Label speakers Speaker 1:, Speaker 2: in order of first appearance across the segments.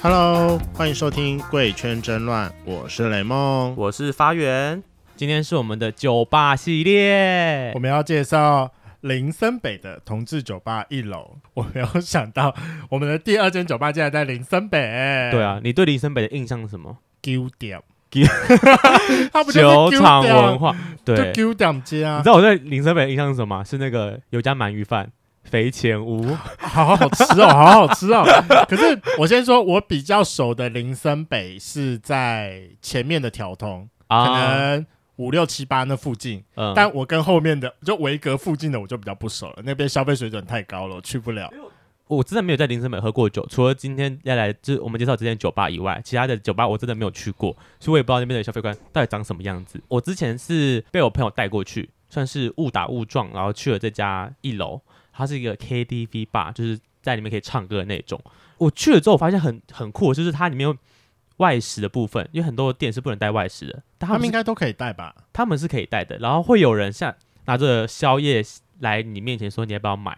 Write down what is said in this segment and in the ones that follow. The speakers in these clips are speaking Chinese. Speaker 1: Hello，欢迎收听《贵圈争乱》，我是雷梦。
Speaker 2: 我是发源，今天是我们的酒吧系列
Speaker 1: 我。们要介绍林森北的同志酒吧一楼。我没有想到，我们的第二间酒吧竟然在林森北。
Speaker 2: 对，啊，你对林森北的印象是什么？
Speaker 1: 丢点
Speaker 2: 丢，
Speaker 1: 他不就
Speaker 2: 酒
Speaker 1: 是丢
Speaker 2: 厂
Speaker 1: 点
Speaker 2: 文化。对，
Speaker 1: 就
Speaker 2: 你
Speaker 1: 丢点街啊
Speaker 2: 知，道我对林森北的印象是什么吗？是那个有家鳗鱼饭、肥前屋。
Speaker 1: 好好吃哦，好好吃哦。 可是我先说，我比较熟的林森北是在前面的条通，可
Speaker 2: 啊，
Speaker 1: 能五六七八那附近。
Speaker 2: 嗯
Speaker 1: 但我跟后面的就维格附近的我就比较不熟了，那边消费水准太高了，我去不了。
Speaker 2: 我真的没有在林森北喝过酒，除了今天要来这我们介绍这间酒吧以外，其他的酒吧我真的没有去过，所以我也不知道那边的消费观到底长什么样子。我之前是被我朋友带过去，算是误打误撞，然后去了这家一楼，它是一个 KTV bar，就是在里面可以唱歌的那种。我去了之后，我发现很很酷，就是它里面有外食的部分，因为很多店是不能带外食的，
Speaker 1: 他
Speaker 2: 但他
Speaker 1: 们
Speaker 2: 们
Speaker 1: 应
Speaker 2: 是
Speaker 1: 该都可以带吧？
Speaker 2: 他们是可以带的，然后会有人像拿着宵夜来你面前说你要不要买，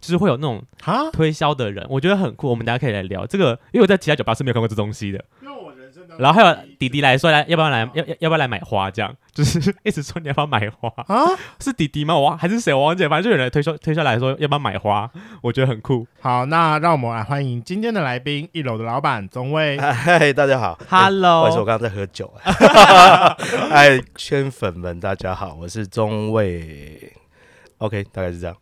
Speaker 2: 就是会有那种。
Speaker 1: 哈，
Speaker 2: 推销的人，我觉得很酷。我们大家可以来聊这个，因为我在其他酒吧是没有看过这东西的。
Speaker 1: 因为我人生
Speaker 3: 嗯
Speaker 1: 当
Speaker 2: 然后还有弟弟来说来，要不要来，要要要不要来买花？这样 就是一直说你要不要买花，
Speaker 1: 啊，
Speaker 2: 是弟弟吗？我忘还是谁？我忘记了，反正就有人推销推销来说要不要买花，我觉得很酷。
Speaker 1: 好，那让我们来欢迎今天的来宾，一楼的老板宗 卫。
Speaker 2: 哎
Speaker 3: 嗨，哎大家好。不好意思，我
Speaker 2: Hello，
Speaker 3: 刚刚在喝酒。 哎，圈粉们，大家好，我是中卫。OK，大概是这样。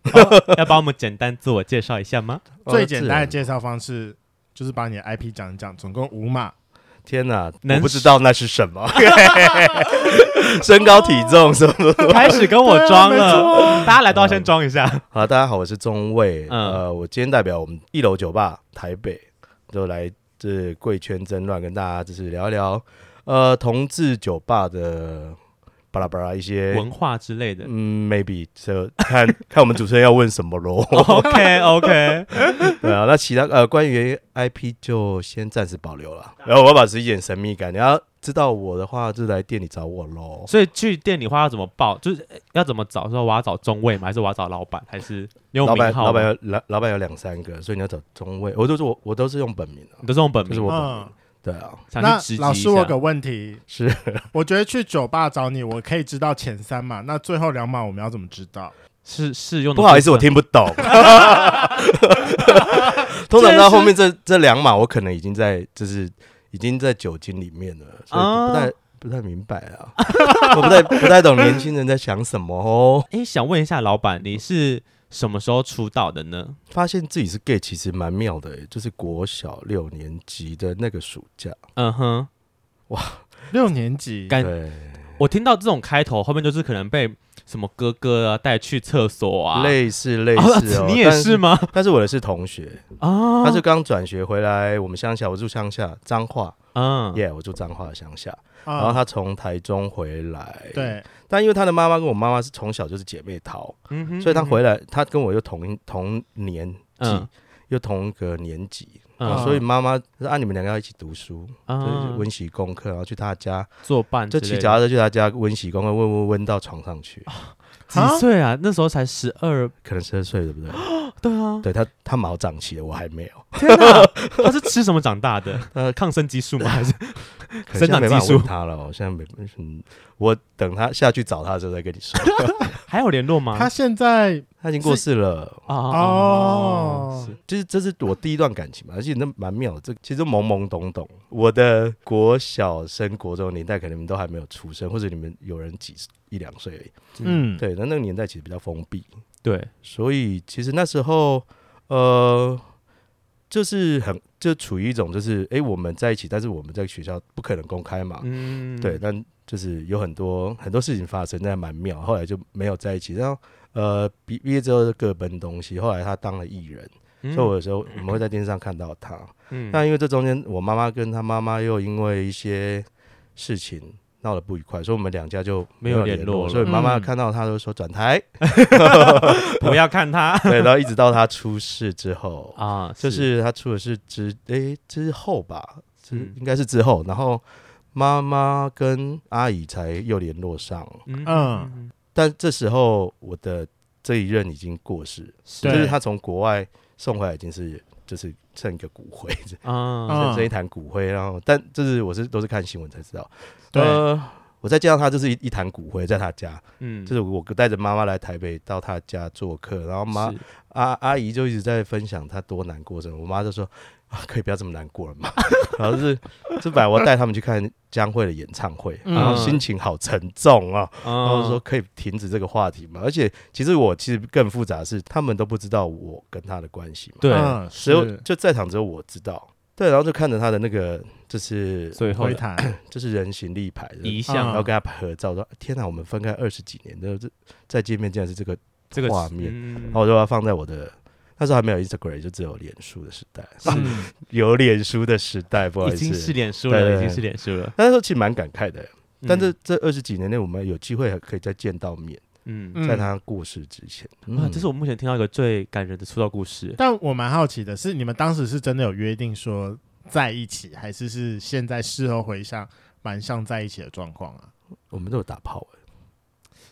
Speaker 2: 要帮我们简单自我介绍一下 吗？
Speaker 1: 最简单的介绍方式就是把你的 IP 讲一讲，总共五码。
Speaker 3: 天哪，
Speaker 2: 能
Speaker 3: 我不知道那是 什么， 身高体重什么？
Speaker 2: 开始跟我装
Speaker 1: 对啊没错
Speaker 2: 了，大家来都要先装一下。
Speaker 3: 好，大家好，我是中卫。
Speaker 2: 嗯
Speaker 3: 呃，我今天代表我们一楼酒吧台北，就来这贵圈争乱，跟大家就是聊一聊呃同志酒吧的巴拉巴拉一些
Speaker 2: 文化之类的。
Speaker 3: 嗯，maybe 这看 看我们主持人要问什么喽。
Speaker 2: OK OK，
Speaker 3: 对啊，那其他呃，关于 IP 就先暂时保留了。然后我要保持一点神秘感，你要知道我的话，就来店里找我喽。
Speaker 2: 所以去店里花要怎么报？就是呃要怎么找？说我要找中位吗？还是我要找老板？还是你有
Speaker 3: 老板，
Speaker 2: 名号吗？
Speaker 3: 老板有老老板有两三个，所以你要找中位。我都是我，我都是用本名的、
Speaker 2: 你都是用本
Speaker 3: 就
Speaker 2: 名
Speaker 3: 是我本名。
Speaker 1: 嗯，
Speaker 3: 对啊，
Speaker 2: 想
Speaker 1: 那
Speaker 2: 去直击一下。
Speaker 1: 老师，我有个问题，
Speaker 3: 是
Speaker 1: 我觉得去酒吧找你，我可以知道前三码，那最后两码我们要怎么知道？
Speaker 2: 是是用的
Speaker 3: 不好意思，
Speaker 2: 部
Speaker 3: 我
Speaker 2: 分
Speaker 3: 听不懂。 通常到后面这这两码，我可能已经在就是已经在酒精里面了，所以不太、不太明白啊。 我不太不太懂年轻人在想什么哦。
Speaker 2: 诶，想问一下老板，你是什么时候出道的呢？
Speaker 3: 发现自己是 gay 其实蛮妙的、欸，就是国小六年级的那个暑假，
Speaker 2: 嗯哼，
Speaker 1: 六年级
Speaker 2: 感
Speaker 3: 对，
Speaker 2: 我听到这种开头，后面就是可能被什么哥哥啊带去厕所啊，
Speaker 3: 类似类
Speaker 2: 啊
Speaker 3: 似哦、
Speaker 2: 你也是吗？
Speaker 3: 但？但是我的是同学，
Speaker 2: 啊，
Speaker 3: 他是刚转学回来，我们乡下，我住乡下彰化，
Speaker 2: 嗯
Speaker 3: 耶、我住彰化的乡下。
Speaker 1: 啊，
Speaker 3: 然后他从台中回来，，
Speaker 1: 对，
Speaker 3: 但因为他的妈妈跟我妈妈是从小就是姐妹淘，
Speaker 2: 嗯哼
Speaker 3: 所以他回来，他跟我又同同年纪，
Speaker 2: 嗯
Speaker 3: 又同一个年级，
Speaker 2: 嗯
Speaker 3: 所以妈妈说啊，你们两个要一起读书，就是
Speaker 2: 啊
Speaker 3: 温习功课，然后去他家。
Speaker 2: 作伴嗯之
Speaker 3: 就
Speaker 2: 类的，哦
Speaker 3: 骑脚踏车去他家温习功课，温温温到床上去，
Speaker 2: 几岁啊？那时候才十二，
Speaker 3: 可能十二岁对不对？
Speaker 2: 对啊，
Speaker 3: 对他他毛长齐了，我还没 有，
Speaker 2: 天哪，他是吃什么长大的？
Speaker 3: 呃
Speaker 2: 抗生激素吗？还是生
Speaker 3: 可能现在
Speaker 2: 长
Speaker 3: 没办
Speaker 2: 激
Speaker 3: 法
Speaker 2: 素
Speaker 3: 问他了，我现在没，嗯，我等他下去找他的时候再跟你 说，
Speaker 2: 还有联络吗？
Speaker 1: 他现在
Speaker 3: 他已经过世了。
Speaker 2: 啊
Speaker 1: 哦
Speaker 2: 是
Speaker 3: 就是这是我第一段感情嘛，而且那蛮妙的，这其实懵懵懂懂。我的国小升国中的年代，可能你们都还没有出生，或者你们有人几一两岁而已。
Speaker 2: 嗯
Speaker 1: 嗯，
Speaker 3: 对，那那个年代其实比较封闭，
Speaker 2: 对，
Speaker 3: 所以其实那时候，呃，就是很就处于一种就是，诶，我们在一起，但是我们在学校不可能公开嘛，
Speaker 2: 嗯
Speaker 3: 啊对，但就是有很多很多事情发生，那还蛮妙。后来就没有在一起，然后呃，毕毕业之后就各奔东西。后来他当了艺人，
Speaker 2: 嗯
Speaker 3: 所以我有时候我们会在电视上看到他。
Speaker 2: 嗯
Speaker 3: 那因为这中间，我妈妈跟他妈妈又因为一些事情闹得不愉快，所以我们两家就
Speaker 2: 没有
Speaker 3: 有
Speaker 2: 联
Speaker 3: 联
Speaker 2: 络了
Speaker 3: 所以妈妈
Speaker 1: 嗯
Speaker 3: 看到他就说转台，
Speaker 2: 不要看他
Speaker 3: 对，然后一直到他出事之后，
Speaker 2: 啊，
Speaker 3: 就是他出的是之诶、之后吧，之、
Speaker 2: 嗯
Speaker 3: 应该是之后，然后妈妈跟阿姨才又联络上，
Speaker 2: 嗯
Speaker 1: 嗯
Speaker 3: 但这时候我的这一任已经过世，
Speaker 2: 是
Speaker 3: 就
Speaker 1: 对
Speaker 3: 是他从国外送回来已经是就是剩一个骨灰， 这
Speaker 2: 啊，
Speaker 1: 嗯
Speaker 3: 剩剩一坛骨灰，然后但就是我是都是看新闻才知道，
Speaker 1: 对
Speaker 3: 呃我再见到他就是一一坛骨灰在他家，
Speaker 2: 嗯，
Speaker 3: 就是我带着妈妈来台北到他家做客，然后妈
Speaker 2: 是
Speaker 3: 阿阿姨就一直在分享她多难过什么，我妈就说、啊、可以不要这么难过了嘛。然后是是本来我要带他们去看江蕙的演唱会，
Speaker 1: 嗯
Speaker 3: 然后心情好沉重啊，然后
Speaker 2: 嗯
Speaker 3: 说可以停止这个话题嘛。而且其实我其实更复杂的是，他们都不知道我跟他的关系嘛，
Speaker 2: 对，
Speaker 1: 嗯，
Speaker 3: 只有
Speaker 1: 是
Speaker 3: 就在场只有我知道。对，然后就看着他的那个就是
Speaker 2: 最后
Speaker 1: 回
Speaker 2: 的
Speaker 1: 弹，
Speaker 3: 就是人形立牌的。
Speaker 2: 遗
Speaker 3: 然
Speaker 1: 嗯
Speaker 2: 像
Speaker 3: 后跟他拍合照，说：“天哪，我们分开二十几年，然后这再见面竟然是这个
Speaker 2: 这个嗯
Speaker 3: 画面。
Speaker 2: 面
Speaker 3: 然后我就把它放在我的那时候还没有 Instagram，就只有脸书的时代，
Speaker 1: 嗯
Speaker 3: 有脸书的时代，不好
Speaker 2: 已
Speaker 3: 意
Speaker 2: 经是
Speaker 3: 思。
Speaker 2: 脸书
Speaker 3: 对
Speaker 2: 了，
Speaker 3: 对
Speaker 2: 已经
Speaker 3: 对
Speaker 2: 是脸书了。
Speaker 3: 那时候其实蛮感慨的，但
Speaker 2: 嗯
Speaker 3: 是这二十几年内，我们有机会还可以再见到面，
Speaker 2: 嗯，
Speaker 1: 嗯
Speaker 3: 在他过世之前，
Speaker 2: 哇，
Speaker 3: 嗯
Speaker 2: 这是我目前听到一个最感人的出道故事。
Speaker 1: 但我蛮好奇的是，你们当时是真的有约定说在一起，还是是现在事后回想蛮像在一起的状况啊？
Speaker 3: 嗯我们都有打炮哎，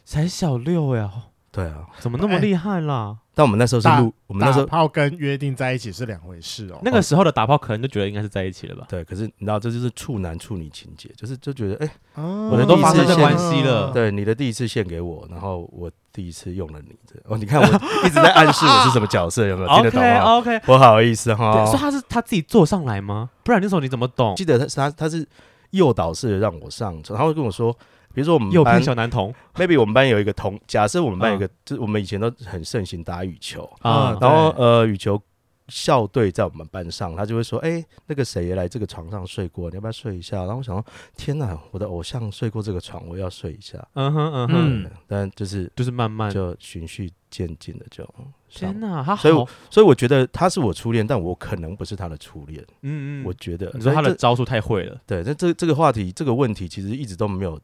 Speaker 2: 才小六呀，
Speaker 3: 对啊，
Speaker 2: 怎么那么
Speaker 1: 哎
Speaker 2: 厉害啦？
Speaker 3: 但我们那时候是
Speaker 1: 打
Speaker 3: 录，我们那时
Speaker 1: 打
Speaker 3: 候
Speaker 1: 炮跟约定在一起是两回事哦。
Speaker 2: 那个时候的打炮可能就觉得应该是在一起了吧？
Speaker 3: 对，可是你知道这就是处男处女情节，就是就觉得哎，
Speaker 1: 我
Speaker 2: 我们
Speaker 3: 都发生这关
Speaker 2: 系
Speaker 1: 哦
Speaker 2: 了嗯
Speaker 3: 对，你的第一次献给我，然后我第一次用了你，这哦，你看我一直在暗示我是什么角色，有没有听得懂
Speaker 2: 哦
Speaker 3: 哦
Speaker 2: OK
Speaker 3: 吗？
Speaker 2: OK，
Speaker 3: 不好意思哈，
Speaker 2: 所以他是他自己坐上来吗？不然那时候你怎么懂？
Speaker 3: 记得他是他他是诱导式的让我上车，他会跟我说，比如说我们
Speaker 2: 右
Speaker 3: 班
Speaker 2: 偏小男童
Speaker 3: maybe 我们班有一个同，假设我们班有一个，
Speaker 2: 嗯
Speaker 3: 就是我们以前都很盛行打羽球，
Speaker 2: 啊
Speaker 1: 嗯，
Speaker 3: 然后呃羽球校队在我们班上，他就会说，哎、那个谁也来这个床上睡过，你要不要睡一下？然后我想说，天哪，我的偶像睡过这个床，我也要睡一下。
Speaker 2: 嗯哼嗯哼，
Speaker 1: 嗯
Speaker 3: 嗯，但就是
Speaker 2: 就是慢慢。
Speaker 3: 就循序渐进的就上
Speaker 2: 天，哪，他好，
Speaker 3: 所以我所以我觉得他是我初恋，但我可能不是他的初恋，
Speaker 2: 嗯嗯，
Speaker 3: 我觉得。
Speaker 2: 你
Speaker 3: 所
Speaker 2: 说
Speaker 3: 以
Speaker 2: 他的
Speaker 3: 这
Speaker 2: 招数太会了，
Speaker 3: 对，那这这个话题这个问题其实一直都没有，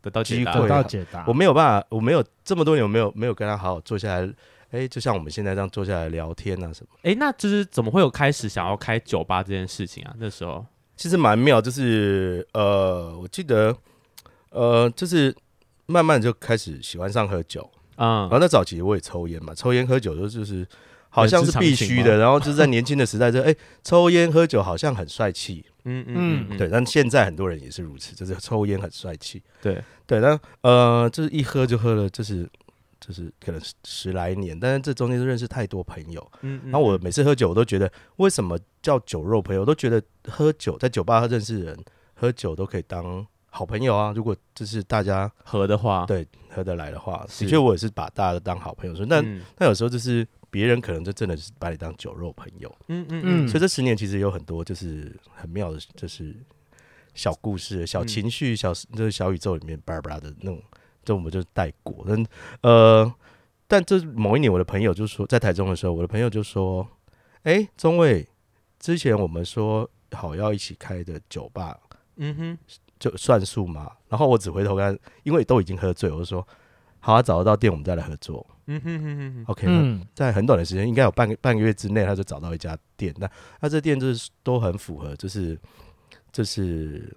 Speaker 2: 得到解
Speaker 3: 机
Speaker 2: 答
Speaker 1: 得
Speaker 3: 会
Speaker 1: 到解答。
Speaker 3: 啊我没有办法，我没有这么多年我没有没有跟他好好坐下来，哎、就像我们现在这样坐下来聊天啊什么，
Speaker 2: 哎，那就是怎么会有开始想要开酒吧这件事情啊？那时候，
Speaker 3: 其实蛮妙，就是呃，我记得呃，就是慢慢就开始喜欢上喝酒，
Speaker 2: 嗯
Speaker 3: 然，后那早期我也抽烟嘛，抽烟喝酒就就是。好像是必
Speaker 2: 人之
Speaker 3: 须
Speaker 2: 常
Speaker 3: 的，然后就是在年轻的时代就，哎，抽烟喝酒好像很帅气，
Speaker 2: 嗯嗯
Speaker 1: 嗯
Speaker 2: 嗯，
Speaker 3: 对。但现在很多人也是如此，就是抽烟很帅气，
Speaker 2: 对，
Speaker 3: 对，那呃，就是一喝就喝了，就是就是可能十十来年，但是这中间就认识太多朋友。
Speaker 2: 嗯嗯
Speaker 3: 然后我每次喝酒，我都觉得为什么叫酒肉朋友？我都觉得喝酒在酒吧认识人，喝酒都可以当好朋友啊。如果就是大家
Speaker 2: 合的话，
Speaker 3: 对合得来的话，
Speaker 2: 是
Speaker 3: 的确我也是把大家都当好朋友说。但、
Speaker 2: 嗯
Speaker 3: 但有时候就是别人可能就真的是把你当酒肉朋友，
Speaker 2: 嗯嗯
Speaker 1: 嗯
Speaker 3: 所以这十年其实有很多就是很妙的，就是小故事、小情绪、小就是小宇宙里面巴拉巴拉的那种，这我们就带过。但呃，但这某一年我的朋友就说，在台中的时候，我的朋友就说：“哎、钟伟，之前我们说好要一起开的酒吧，
Speaker 2: 嗯哼，
Speaker 3: 就算数嘛。”然后我只回头看，因为都已经喝醉，我就说：“好、啊，找得到店我们再来合作。
Speaker 2: 嗯哼哼哼哼，
Speaker 3: ”OK，、
Speaker 1: 嗯，
Speaker 3: 在很短的时间，应该有半个半个月之内，他就找到一家店。那他这店就是都很符合，就是就是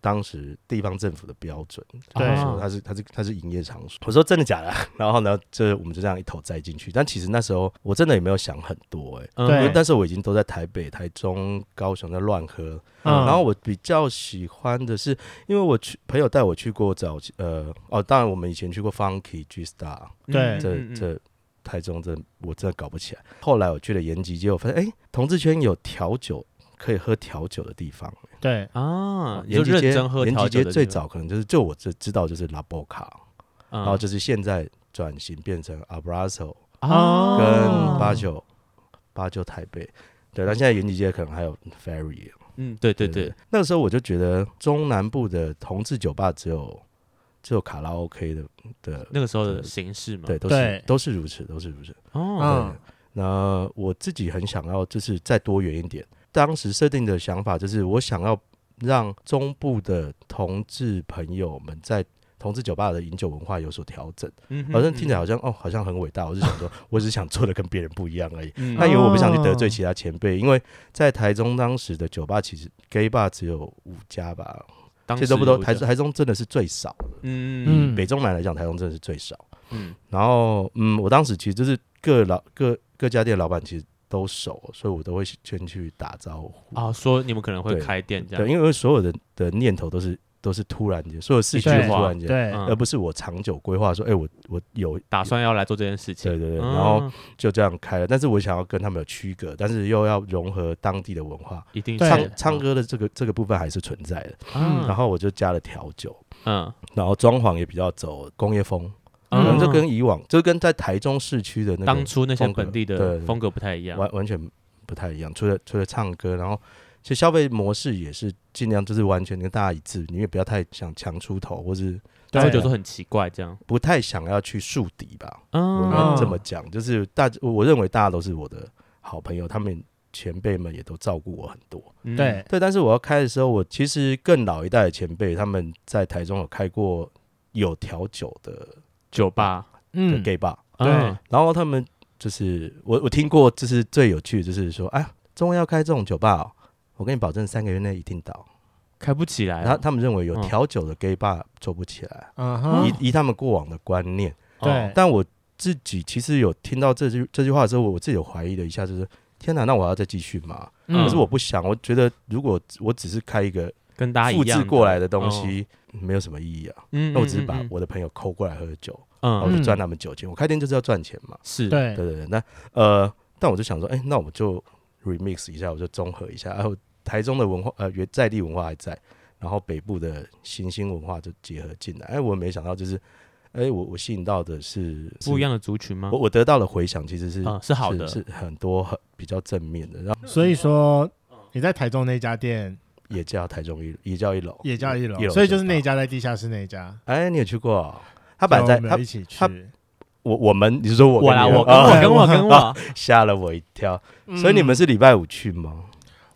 Speaker 3: 当时地方政府的标准，
Speaker 1: 对
Speaker 2: 啊
Speaker 3: 就是
Speaker 2: 嗯
Speaker 3: 说他是他是他是营业场所。我说真的假的 啊？然后呢，这我们就这样一头栽进去。但其实那时候我真的也没有想很多、欸，
Speaker 2: 嗯
Speaker 1: 对
Speaker 3: 因为但是我已经都在台北、台中、高雄在乱喝，
Speaker 1: 嗯
Speaker 3: 然后我比较喜欢的是，因为我去朋友带我去过早期，呃，哦，当然我们以前去过 Funky G Star，
Speaker 1: 对
Speaker 3: 这
Speaker 2: 嗯嗯嗯
Speaker 3: 这台中真的我真的搞不起来。后来我去了延吉街，我发现哎、诶同志圈有调酒可以喝调酒的地方。
Speaker 1: 对，
Speaker 2: 啊，你就
Speaker 3: 哦延吉
Speaker 2: 认
Speaker 3: 街
Speaker 2: 真喝
Speaker 3: 延
Speaker 2: 调
Speaker 3: 吉
Speaker 2: 酒
Speaker 3: 街
Speaker 2: 的
Speaker 3: 最
Speaker 2: 地方，
Speaker 3: 早可能就是就我这知道就是拉波卡，
Speaker 2: 然
Speaker 3: 然后就是现在转型变成 Abrazo
Speaker 2: 啊，
Speaker 3: 跟
Speaker 1: 哦
Speaker 3: 八九八九台北。对，那现在延吉街可能还有 Ferry。啊
Speaker 2: 嗯，对对对，，
Speaker 3: 那个时候我就觉得中南部的同志酒吧只有只有卡拉 OK 的的，
Speaker 2: 那个时候的形式嘛，
Speaker 3: 对，都
Speaker 1: 对
Speaker 3: 是都是如此，都是如此。
Speaker 2: 哦，
Speaker 1: 嗯
Speaker 3: 嗯，那我自己很想要，就是再多元一点。当时设定的想法就是，我想要让中部的同志朋友们在同志酒吧的饮酒文化有所调整。
Speaker 2: 嗯哼
Speaker 3: 好像听起来好像哦，好像很伟大。我是想说，我只是想做的跟别人不一样而已。
Speaker 2: 嗯
Speaker 3: 那因为
Speaker 1: 有
Speaker 3: 我不想去得罪其他前辈，因为在台中当时的酒吧其实 gay bar 只有五家吧，
Speaker 2: 当
Speaker 3: 其实
Speaker 2: 时
Speaker 3: 都不多。
Speaker 2: 有
Speaker 3: 台
Speaker 2: 一个
Speaker 3: 台中真的是最少，
Speaker 2: 嗯嗯
Speaker 1: 嗯
Speaker 3: 北中南来讲，台中真的是最少。
Speaker 2: 嗯
Speaker 3: 然后，嗯，我当时其实就是各老各各家店老板其实都熟，所以我都会先去打招呼。
Speaker 2: 啊，说你们可能会
Speaker 3: 对
Speaker 2: 开店这
Speaker 3: 对，
Speaker 2: 样，
Speaker 3: 因为所有的的念头都是都是突然间，所有事情
Speaker 1: 对
Speaker 3: 都是突然间，
Speaker 1: 对，
Speaker 2: 嗯
Speaker 3: 而不是我长久规划说，哎、我我有
Speaker 2: 打算要来做这件事情。
Speaker 3: 对对对，
Speaker 2: 嗯
Speaker 3: 然后就这样开了。但是我想要跟他们有区隔，但是又要融合当地的文化。
Speaker 2: 一定
Speaker 1: 对
Speaker 3: 唱唱，歌的这个这个部分还是存在的，
Speaker 2: 嗯
Speaker 3: 然后我就加了调酒，
Speaker 2: 嗯
Speaker 3: 然后装潢也比较走工业风，可
Speaker 1: 嗯
Speaker 3: 能就跟以往就跟在台中市区的那个
Speaker 2: 当初那些
Speaker 3: 风格
Speaker 2: 本地的
Speaker 3: 对
Speaker 2: 风格不太一样。
Speaker 3: 完完全不太一样。除了除了唱歌，然后其实消费模式也是尽量就是完全跟大家一致，你也不要太想强出头，或是
Speaker 1: 对
Speaker 2: 大家会觉得说很奇怪这样。
Speaker 3: 不太想要去树敌吧。我
Speaker 2: 嗯
Speaker 3: 们这么讲，就是大我认为大家都是我的好朋友，他们前辈们也都照顾我很多。
Speaker 2: 嗯
Speaker 1: 对，
Speaker 3: 对，但是我要开的时候，我其实更老一代的前辈他们在台中有开过有调酒的
Speaker 2: 酒吧，
Speaker 3: 的
Speaker 1: 嗯，
Speaker 3: gay bar，、
Speaker 1: 对
Speaker 2: 嗯
Speaker 3: 然后他们就是我我听过，就是最有趣的就是说，哎，中央要开这种酒吧、哦，我跟你保证三个月内一定倒。
Speaker 2: 开不起来
Speaker 3: 然后
Speaker 2: 哦。
Speaker 3: 他们认为有
Speaker 2: 嗯
Speaker 3: 调酒的 gay bar 做不起来，
Speaker 1: 嗯哼，
Speaker 3: 以以他们过往的观念。
Speaker 2: 哦
Speaker 1: 对，
Speaker 3: 哦但我自己其实有听到这句这句话之后，我自己有怀疑了一下，就是天哪，那我要再继续吗？
Speaker 1: 嗯
Speaker 3: 可是我不想，我觉得如果我只是开一个
Speaker 2: 跟大家
Speaker 3: 复
Speaker 2: 一
Speaker 3: 制
Speaker 2: 样哦
Speaker 3: 过来的东，西，没有什么意义啊。
Speaker 2: 嗯，嗯
Speaker 3: 那我只是把
Speaker 2: 嗯
Speaker 3: 我的朋友抠过来喝酒，然
Speaker 2: 嗯
Speaker 3: 后我
Speaker 2: 嗯
Speaker 3: 就赚他们酒钱。我开店就是要赚钱嘛。
Speaker 2: 是
Speaker 1: 对
Speaker 3: 对，对对，那呃，但我就想说，哎，那我们就 remix 一下，我就综合一下，然后台中的文化呃原在地文化还在，然后北部的新兴文化就结合进来。哎，我没想到就是，哎，我我吸引到的是
Speaker 2: 不一，样的族群吗
Speaker 3: 是我？我得到的回响其实哦是
Speaker 2: 啊，是好的，
Speaker 3: 是是很多很比较正面的，然后
Speaker 1: 所以说你在台中那家店
Speaker 3: 也叫台中一也叫一楼，
Speaker 1: 也叫一楼
Speaker 3: 一，楼
Speaker 1: 所以就是
Speaker 3: 酒吧
Speaker 1: 那家在地下室那家，
Speaker 3: 哎，你有去过哦、
Speaker 1: 他
Speaker 3: 他本来在
Speaker 1: 我
Speaker 3: 他
Speaker 1: 们一起去
Speaker 3: 他，我我们，你是说我
Speaker 2: 我
Speaker 3: 跟
Speaker 2: 啦，
Speaker 3: 你
Speaker 2: 我跟
Speaker 3: 啊
Speaker 2: 我跟我跟我，
Speaker 3: 吓了我一跳，所以你们
Speaker 1: 嗯
Speaker 3: 是礼拜五去吗？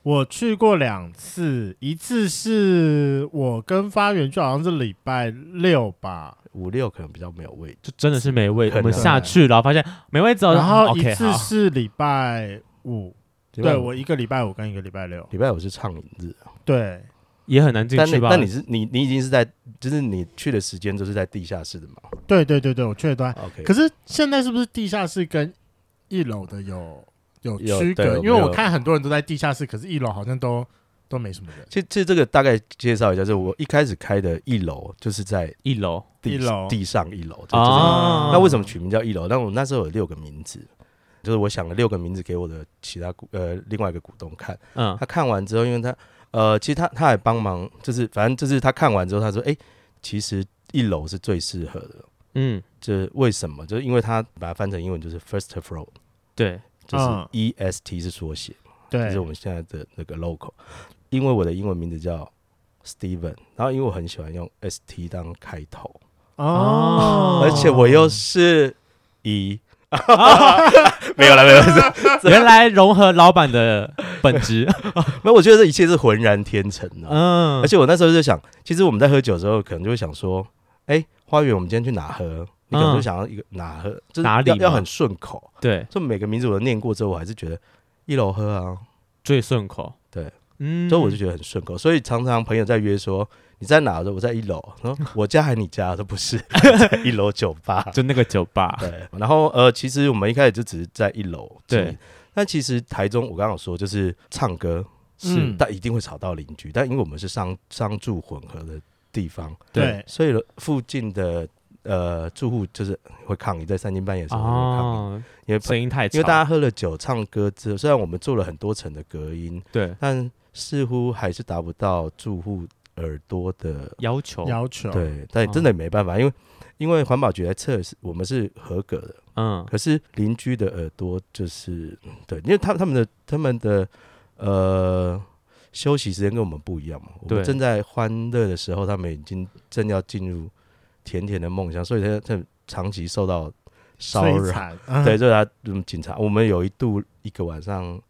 Speaker 1: 我去过两次，一次是我跟发源就好像是礼拜六吧，
Speaker 3: 五六可能比较没有位置，
Speaker 2: 就真的是没位，
Speaker 3: 可
Speaker 2: 我们
Speaker 3: 能
Speaker 2: 下去然后发现没位置哦，
Speaker 1: 然后一
Speaker 2: OK
Speaker 1: 次
Speaker 2: 好，
Speaker 1: 是礼拜五，
Speaker 3: 礼拜
Speaker 1: 对
Speaker 3: 五
Speaker 1: 我一个礼拜五跟一个礼拜六，
Speaker 3: 礼拜五是畅饮日，啊
Speaker 1: 对，
Speaker 2: 也很难进
Speaker 3: 但
Speaker 2: 去
Speaker 3: 你
Speaker 2: 吧？
Speaker 3: 但你是你你已经是在，就是你去的时间都是在地下室的嘛
Speaker 1: 对对对对，我确断。
Speaker 3: ？OK，
Speaker 1: 可是现在是不是地下室跟一楼的有有
Speaker 3: 有
Speaker 1: 区
Speaker 3: 对
Speaker 1: 隔？
Speaker 3: 有
Speaker 1: 因为我看很多人都在地下室，可是一楼好像都都没什么人。
Speaker 3: 其实其实这个大概介绍一下，就是我一开始开的一楼就是在
Speaker 2: 一楼
Speaker 3: 地
Speaker 1: 一楼
Speaker 3: 地上一楼，就就是
Speaker 2: 啊，
Speaker 3: 那为什么取名叫一楼？但我那时候有六个名字，就是我想了六个名字给我的其他股呃另外一个股东看。
Speaker 2: 嗯
Speaker 3: 他看完之后，因为他呃，其实他他还帮忙，就是反正就是他看完之后，他说：“哎、其实一楼是最适合的。
Speaker 2: 嗯
Speaker 3: 这为什么？就是因为他把它翻成英文就是 first floor，
Speaker 2: 对
Speaker 3: 就是
Speaker 1: 嗯
Speaker 3: EST 是缩写，这、
Speaker 1: 对
Speaker 3: 是我，们现在的那个 logo。因为我的英文名字叫 Steven，然后因为我很喜欢用 ST 当开头，
Speaker 1: 哦，
Speaker 3: 而且我又是 E 一。没有了，没有了。
Speaker 2: 原来融合老板的本 质，
Speaker 3: 没有，我觉得这一切是浑然天成的、
Speaker 2: 嗯，
Speaker 3: 而且我那时候就想，其实我们在喝酒的时候，可能就会想说，哎、花园，我们今天去哪喝？你可能就想要一个哪喝，就是
Speaker 2: 哪里
Speaker 3: 要
Speaker 2: 嘛
Speaker 3: 要很顺口。
Speaker 2: 对
Speaker 3: 就每个名字我都念过之后，我还是觉得一楼喝啊，
Speaker 2: 最顺口，
Speaker 3: 对，
Speaker 2: 嗯，
Speaker 3: 所以我就觉得很顺口。所以常常朋友在约说你在哪的时候，我在一楼，然后我家还你家，我说不是 在一楼酒吧。
Speaker 2: 就那个酒吧，
Speaker 3: 对，然后呃，其实我们一开始就只是在一楼经营
Speaker 2: 对，
Speaker 3: 但其实台中我刚刚有说就是唱歌，
Speaker 1: 嗯
Speaker 3: 但一定会吵到邻居。但因为我们是商商住混合的地方，
Speaker 1: 对
Speaker 3: 所以附近的呃住户就是会抗议，在三更半夜的时候会抗议，
Speaker 2: 哦，
Speaker 3: 因为朋
Speaker 2: 声音太吵，
Speaker 3: 因为大家喝了酒唱歌之后，虽然我们做了很多层的隔音，
Speaker 2: 对
Speaker 3: 但似乎还是达不到住户耳朵的。
Speaker 2: 要求，
Speaker 1: 要求，
Speaker 3: 对，但真的也没办法，因为因为环保局来测试我们是合格的，
Speaker 2: 嗯，
Speaker 3: 可是邻居的耳朵就是嗯对，因为他他们的他们的呃休息时间跟我们不一样嘛，我
Speaker 2: 对
Speaker 3: 们正在欢乐的时候，他们已经正要进入甜甜的梦乡，所以他他长期受到骚
Speaker 1: 摧
Speaker 3: 扰。
Speaker 1: 残，嗯
Speaker 3: 对，，所以他嗯，警察，我们有一度一个晚上，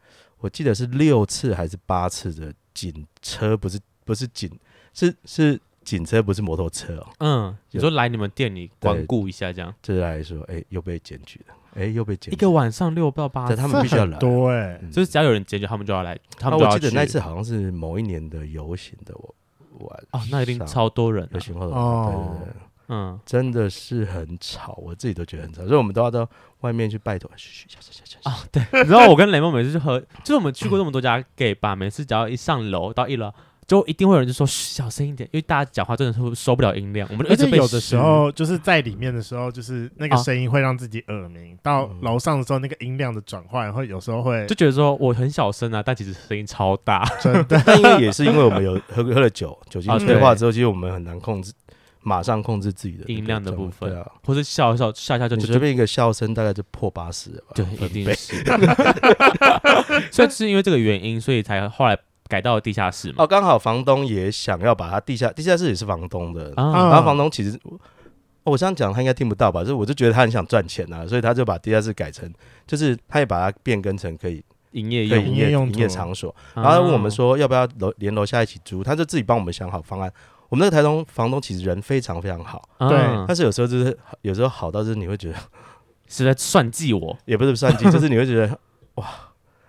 Speaker 3: 我记得是六次还是八次的警车，不是不是警，是是警车，不是摩托车哦。
Speaker 2: 嗯，你
Speaker 3: 有
Speaker 2: 说来你们店里光
Speaker 3: 对
Speaker 2: 顾一下这样，
Speaker 3: 这来说，哎、又被检举了，哎、又被检
Speaker 2: 一
Speaker 3: 举
Speaker 2: 个
Speaker 3: 了，
Speaker 2: 晚上六到八
Speaker 3: 但，他们必须要
Speaker 1: 这
Speaker 3: 来啊
Speaker 1: 很。多哎，
Speaker 3: 嗯
Speaker 2: 就是只要有人解决，他们就要来，他
Speaker 3: 啊
Speaker 2: 们就要
Speaker 3: 我记得
Speaker 2: 去
Speaker 3: 那次好像是某一年的游行的我晚
Speaker 2: 哦，那一定
Speaker 3: 上
Speaker 2: 超多人啊
Speaker 3: 游，行活动，
Speaker 1: 哦
Speaker 3: 对对对。
Speaker 2: 嗯，
Speaker 3: 真的是很吵，我自己都觉得很吵，所以我们都要到外面去拜托。嘘嘘，小声小声。啊，对，
Speaker 2: 你知道我跟雷梦每次去喝，就是我们去过这么多家 gay 吧，每次只要一上楼到一楼，就一定会有人就说嘘小声一点，因为大家讲话真的是收不了音量，我们就
Speaker 1: 而
Speaker 2: 一直
Speaker 1: 且
Speaker 2: 被
Speaker 1: 有的时
Speaker 2: 嘘
Speaker 1: 候就是在里面的时候，就是那个
Speaker 2: 啊
Speaker 1: 声音会让自己耳鸣，到
Speaker 3: 嗯
Speaker 1: 楼上的时候那个音量的转换会有时候会
Speaker 2: 就觉得说我很小声啊，但其实声音超大，
Speaker 1: 真的
Speaker 3: 但因为也是因为我们有 喝喝了酒，酒精
Speaker 2: 啊
Speaker 3: 退化
Speaker 2: 对
Speaker 3: 之后，其实我们很难控制，马上控制自己的那个
Speaker 2: 音量的
Speaker 3: 状
Speaker 2: 部分
Speaker 3: 对啊，
Speaker 2: 或是笑笑笑一下就
Speaker 3: 你
Speaker 2: 就
Speaker 3: 随便一个笑声大概就破八十了吧？
Speaker 2: 对，
Speaker 3: 分
Speaker 2: 一定
Speaker 3: 贝
Speaker 2: 是。所以是因为这个原因，所以才后来改到地下室嘛。
Speaker 3: 哦，刚好房东也想要把他地下地下室也是房东的，
Speaker 2: 啊，
Speaker 3: 然后房东其实。哦我这样讲他应该听不到吧？就是我就觉得他很想赚钱啊，所以他就把地下室改成，就是他也把它变更成可以
Speaker 2: 营业
Speaker 3: 可
Speaker 2: 用。
Speaker 3: 以营
Speaker 1: 营业
Speaker 3: 业
Speaker 1: 用
Speaker 3: 营业
Speaker 1: 途
Speaker 3: 场所。
Speaker 2: 啊
Speaker 3: 然后他问我们，说要不要楼连楼下一起租，他就自己帮我们想好方案。我们那个台东房东其实人非常非常好，
Speaker 2: 啊
Speaker 1: 对
Speaker 3: 但是有时候就是有时候好到就是你会觉得
Speaker 2: 是在算计我。
Speaker 3: 也不是算计，就是你会觉得 哇，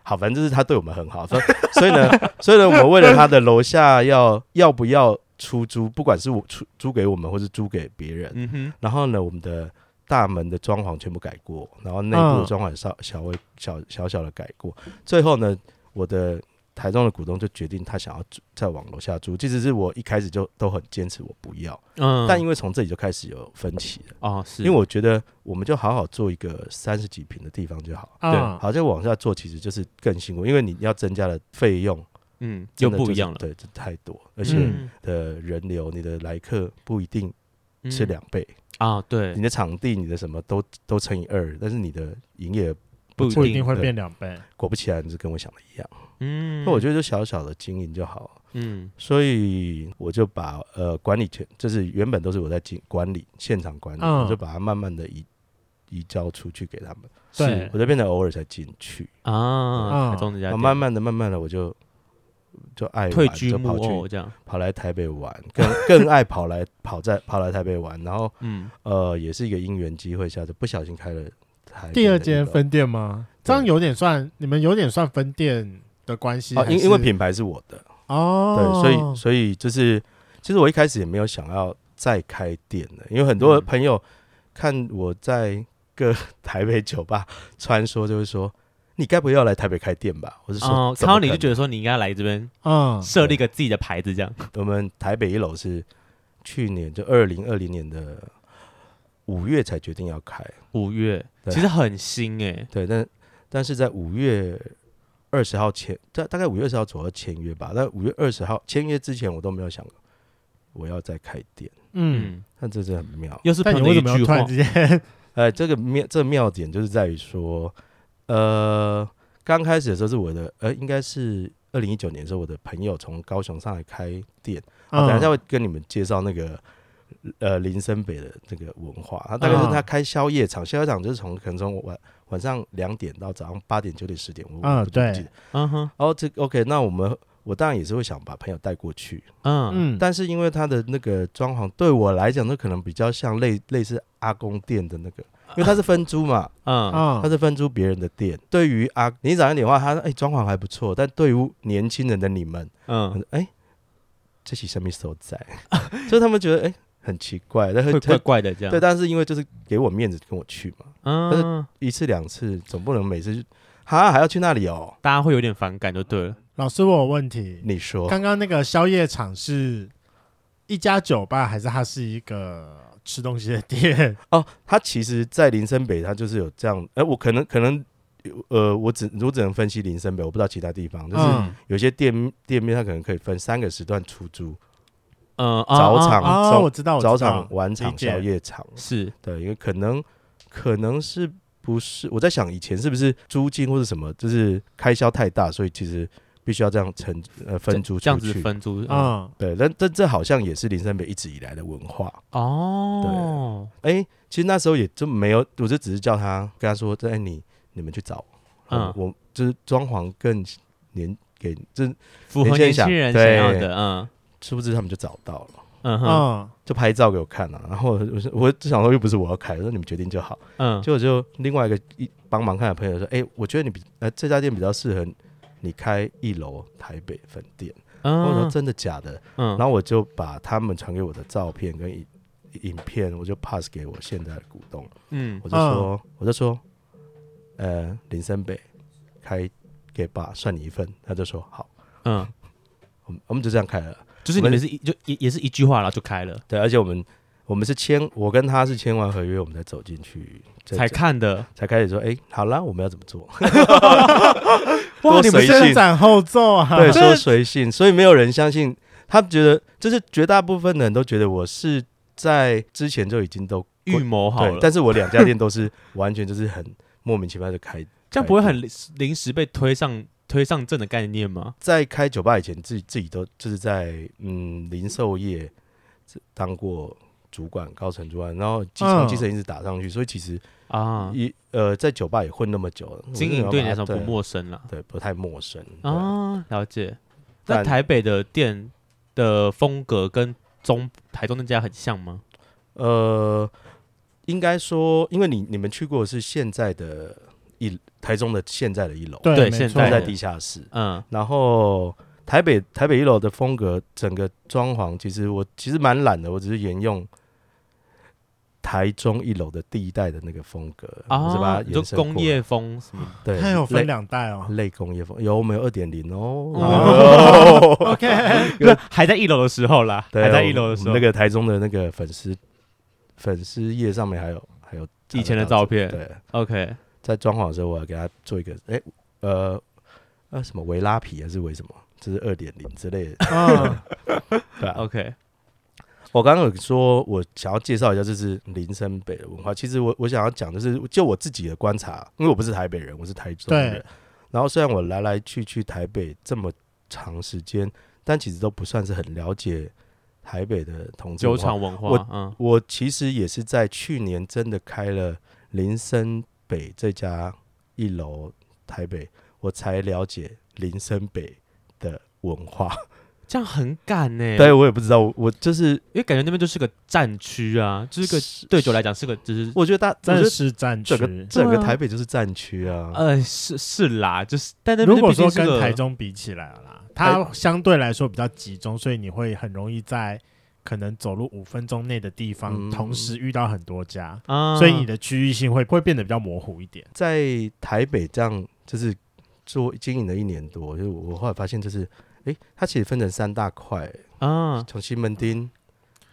Speaker 3: 好，反正就是他对我们很好，所以所以呢，所以呢，我们为了他的楼下要要不要出租，不管是我出租给我们，或是租给别人，
Speaker 2: 嗯哼，
Speaker 3: 然后呢，我们的大门的装潢全部改过，然后内部的
Speaker 1: 嗯
Speaker 3: 装潢也稍小微小小小的改过。最后呢，我的台中的股东就决定他想要住再往楼下租，即使是我一开始就都很坚持我不要，
Speaker 2: 嗯，
Speaker 3: 但因为从这里就开始有分歧了，
Speaker 2: 哦是，
Speaker 3: 因为我觉得我们就好好做一个三十几平的地方就好。
Speaker 1: 对
Speaker 2: 对
Speaker 3: 好，再往下做其实就是更辛苦，因为你要增加的费用
Speaker 2: 嗯又
Speaker 3: 真的
Speaker 2: 不
Speaker 3: 就
Speaker 2: 一
Speaker 3: 是
Speaker 2: 样了，
Speaker 3: 对，这太多，
Speaker 1: 嗯
Speaker 3: 而且的人流，你的来客不一定
Speaker 2: 嗯
Speaker 3: 是两倍，
Speaker 2: 啊，对
Speaker 3: 你，的场地、你的什么都都乘以二，但是你的营业额
Speaker 2: 不
Speaker 1: 不
Speaker 2: 一
Speaker 1: 一定
Speaker 2: 定，
Speaker 1: 会变两倍。
Speaker 3: 果不其然是跟我想的一样。
Speaker 2: 嗯，
Speaker 3: 那、我觉得就小小的经营就好，
Speaker 2: 嗯
Speaker 3: 所以我就把呃管理权，就是原本都是我在经管理现场管理，
Speaker 2: 啊
Speaker 1: 嗯
Speaker 3: 我就把它慢慢的移移交出去给他们，
Speaker 1: 对
Speaker 3: 我就变得偶尔才进去，
Speaker 2: 啊，
Speaker 1: 嗯
Speaker 2: 台中这家
Speaker 3: 然后
Speaker 2: 店
Speaker 3: 慢慢的、慢慢的我就就爱玩
Speaker 2: 退居
Speaker 3: 就
Speaker 2: 幕
Speaker 3: 跑去
Speaker 2: 后这样，
Speaker 3: 跑来台北玩，更 更爱跑来跑在跑来台北玩，然后
Speaker 2: 嗯，
Speaker 3: 呃也是一个因缘机会下，就不小心开了台北
Speaker 1: 第二
Speaker 3: 的
Speaker 1: 间
Speaker 3: 一个
Speaker 1: 分店吗？这样有点算，你们有点算分店的关系
Speaker 3: 哦，
Speaker 1: 还
Speaker 3: 因
Speaker 1: 是，
Speaker 3: 因为品牌是我的，对，
Speaker 1: 哦，
Speaker 3: 所以所以就是其实我一开始也没有想要再开店的，因为很多
Speaker 2: 嗯
Speaker 3: 朋友看我在各 台北酒吧穿梭，就会说你该不会要来台北开店吧？我是说，
Speaker 2: 哦，
Speaker 3: 怎
Speaker 2: 看
Speaker 3: 么
Speaker 2: 到你就
Speaker 3: 可能
Speaker 2: 觉得说你应该来这边
Speaker 1: 嗯，
Speaker 2: 设立一个自己的牌子这样，
Speaker 3: 我们台北一楼是去年就二零二零年的五月才决定要开，
Speaker 2: 五月
Speaker 3: 对
Speaker 2: 其实很新哎，
Speaker 3: 对，但但是在五月二十号前，大大概五月二十号左右签约吧。那五月二十号签约之前，我都没有想我要再开店，
Speaker 1: 嗯，
Speaker 2: 嗯，
Speaker 3: 但这真的很妙。
Speaker 2: 又是
Speaker 1: 但
Speaker 2: 朋
Speaker 1: 你
Speaker 2: 友
Speaker 1: 为
Speaker 2: 一
Speaker 1: 什么要
Speaker 2: 句
Speaker 1: 突
Speaker 2: 话
Speaker 1: 然，之间？
Speaker 3: 呃，这个妙这个妙点就是在于说，呃，刚开始的时候是我的，呃，应该是二零一九年的时候，我的朋友从高雄上来开店，啊，等一下
Speaker 1: 嗯
Speaker 3: 会跟你们介绍那个呃林森北的这个文化。他大概是他
Speaker 1: 嗯
Speaker 3: 开宵夜场，宵夜场就是从可能从晚晚上两点到早上八点九点十点，我
Speaker 1: 嗯
Speaker 3: 我不记得
Speaker 1: 对
Speaker 3: 然
Speaker 2: 嗯哼，
Speaker 3: 后这 OK，那我们我当然也是会想把朋友带过去，
Speaker 2: 嗯
Speaker 1: 嗯，
Speaker 3: 但是因为他的那个装潢对我来讲，那可能比较像类类似阿公店的那个。因为他是分租嘛，
Speaker 2: 嗯
Speaker 1: 啊
Speaker 3: 他，是分租别人的店。对于阿，你讲一点话，他哎装、潢还不错，但对于年轻人的你们，
Speaker 2: 嗯，
Speaker 3: 哎、这起生命所在， 所以他们觉得哎、很奇怪，但
Speaker 2: 会
Speaker 3: 很
Speaker 2: 怪
Speaker 3: 很
Speaker 2: 怪的这样，
Speaker 3: 对，但是因为就是给我面子跟我去嘛，但
Speaker 2: 嗯，
Speaker 3: 一次两次总不能每次就哈还要去那里哦，
Speaker 2: 大家会有点反感就对了，
Speaker 1: 老师，我有问题，
Speaker 3: 你说
Speaker 1: 刚刚那个宵夜场是一家酒吧，还是它是一个吃东西的店？
Speaker 3: 哦，他其实，在林森北他就是有这样，哎、我可能可能。呃，我只我只能分析林森北，我不知道其他地方， 就是
Speaker 1: 嗯
Speaker 3: 有些店店面它可能可以分三个时段出租，
Speaker 2: 嗯，啊
Speaker 3: 早
Speaker 2: 啊
Speaker 3: 场
Speaker 2: 啊
Speaker 1: 哦，
Speaker 3: 早
Speaker 1: 我知道，我知道
Speaker 3: 早场、晚
Speaker 1: 理
Speaker 3: 场、
Speaker 1: 解
Speaker 3: 宵夜场，
Speaker 2: 是
Speaker 3: 对，因为可能可能是不是我在想以前是不是租金或者什么，就是开销太大，所以其实必须要这样承呃分租出去啊
Speaker 2: 这样子。分租，嗯，
Speaker 1: 嗯，
Speaker 3: 对，但但这好像也是林森北一直以来的文化。
Speaker 2: 哦，
Speaker 3: 哎、其实那时候也就没有，我就只是叫他跟他说，哎、你你们去找，嗯
Speaker 2: 嗯，
Speaker 3: 我就是装潢更年给，这
Speaker 2: 符合年
Speaker 3: 年轻
Speaker 2: 轻
Speaker 3: 人
Speaker 2: 人
Speaker 3: 想
Speaker 2: 想要
Speaker 3: 对
Speaker 2: 的，嗯
Speaker 3: 殊不知他们就找到了，
Speaker 2: 嗯哼
Speaker 1: 嗯，
Speaker 3: 就拍照给我看啊。然后我我我就想说又不是我要开，我说你们决定就好。
Speaker 2: 嗯，
Speaker 3: 结果就另外一个一帮忙看的朋友说：“哎、我觉得你比呃这家店比较适合你开一楼台北分店。我说：“
Speaker 2: 嗯
Speaker 3: 真的假的？”
Speaker 2: 嗯
Speaker 3: 然后我就把他们传给我的照片跟影影片，我就 pass 给我现在的股东，
Speaker 2: 嗯
Speaker 3: 我就说，我就说，呃，林森北开给爸算你一份，他就说好，
Speaker 2: 嗯，
Speaker 3: 我们我们就这样开了。
Speaker 2: 就是你们是一就也也是一句话，然后就开了
Speaker 3: 对，而且我们我们是签，我跟他是签完合约，我们才走进去，这
Speaker 2: 才看的。
Speaker 3: 才开始说，哎、好啦，我们要怎么做？
Speaker 1: 哇，
Speaker 3: 多
Speaker 1: 你们
Speaker 3: 随
Speaker 1: 先
Speaker 3: 性，
Speaker 1: 斩后奏啊！
Speaker 3: 对，
Speaker 2: 这
Speaker 3: 说随性，所以没有人相信。他觉得，就是绝大部分的人都觉得我是在之前就已经都
Speaker 2: 预谋好
Speaker 3: 对，
Speaker 2: 了，
Speaker 3: 但是我两家店都是完全就是很莫名其妙的开。
Speaker 2: 这样不会
Speaker 3: 哎
Speaker 2: 很临临时被推上推上阵的概念吗？
Speaker 3: 在开酒吧以前，自己自己都就是在嗯零售业当过主管、高层主管，然后基
Speaker 1: 嗯
Speaker 3: 层基层一直打上去，所以其实
Speaker 2: 啊，
Speaker 3: 一呃在酒吧也混那么久了，我
Speaker 2: 经
Speaker 3: 为什
Speaker 2: 营
Speaker 3: 么
Speaker 2: 对你
Speaker 3: 要
Speaker 2: 来
Speaker 3: 把
Speaker 2: 说
Speaker 3: 它
Speaker 2: 不陌生了
Speaker 3: 对不太陌生对
Speaker 2: 啊，了解。那
Speaker 3: 但
Speaker 2: 台北的店的风格跟中台中那家很像吗？
Speaker 3: 呃，应该说，因为你你们去过的是现在的一台中的现在的一楼，
Speaker 1: 对
Speaker 2: 对
Speaker 1: 没
Speaker 2: 现
Speaker 1: 错
Speaker 3: 住在
Speaker 2: 的
Speaker 3: 地下室，
Speaker 2: 嗯
Speaker 3: 然后台北台北一楼的风格，整个装潢其实我其实蛮懒的，我只是沿用台中一楼的第一代的那个风格，我是把
Speaker 2: 啊，
Speaker 3: 它
Speaker 2: 你就
Speaker 3: 延伸过来
Speaker 2: 工业风什么？
Speaker 3: 对，
Speaker 1: 它有分
Speaker 3: 类
Speaker 1: 两代哦。
Speaker 3: 类工业风，有我们有二点 零
Speaker 1: 哦
Speaker 3: 哦。
Speaker 1: OK，
Speaker 2: 那还在一楼的时候啦，
Speaker 3: 对，
Speaker 2: 还在
Speaker 3: 我
Speaker 2: 一楼的时
Speaker 3: 我
Speaker 2: 候，
Speaker 3: 们那个台中的那个粉丝粉丝页上面还有还有
Speaker 2: 以前的照片。
Speaker 3: 对，
Speaker 2: OK，
Speaker 3: 在装潢的时候，我要给他做一个，哎、呃，呃，什么维拉皮还是为什么？这是二点零之类的。
Speaker 1: 嗯，
Speaker 3: 对、啊，
Speaker 2: OK，
Speaker 3: 我刚刚有说，我想要介绍一下，就是林森北的文化。其实我我想要讲的是，就我自己的观察，因为我不是台北人，我是台中人
Speaker 1: 对。
Speaker 3: 然后虽然我来来去去台北这么长时间，但其实都不算是很了解台北的同志
Speaker 2: 酒
Speaker 3: 文化。
Speaker 2: 厂文化
Speaker 3: 我，
Speaker 2: 嗯，
Speaker 3: 我其实也是在去年真的开了林森北这家一楼台北，我才了解林森北的文化。
Speaker 2: 这样很赶呢。
Speaker 3: 对，我也不知道，我我就是
Speaker 2: 因为感觉那边就是个战区啊，就是个对酒来讲是个，就是
Speaker 3: 我觉得大，我觉
Speaker 1: 暂
Speaker 3: 得
Speaker 1: 时战区
Speaker 3: 整。个整个
Speaker 2: 对啊
Speaker 3: 台北就是战区啊。
Speaker 2: 呃，是是啦，就是但那边
Speaker 1: 如果
Speaker 2: 毕竟
Speaker 1: 说
Speaker 2: 是个
Speaker 1: 跟台中比起来了啦，它相对来说比较集中，所以你会很容易在可能走路五分钟内的地方，
Speaker 3: 嗯
Speaker 1: 同时遇到很多家，
Speaker 2: 啊，
Speaker 1: 所以你的区域性会会变得比较模糊一点。
Speaker 3: 在台北这样就是做经营了一年多，就是我我后来发现，就是诶，它其实分成三大块，
Speaker 2: 啊，
Speaker 3: 从西门町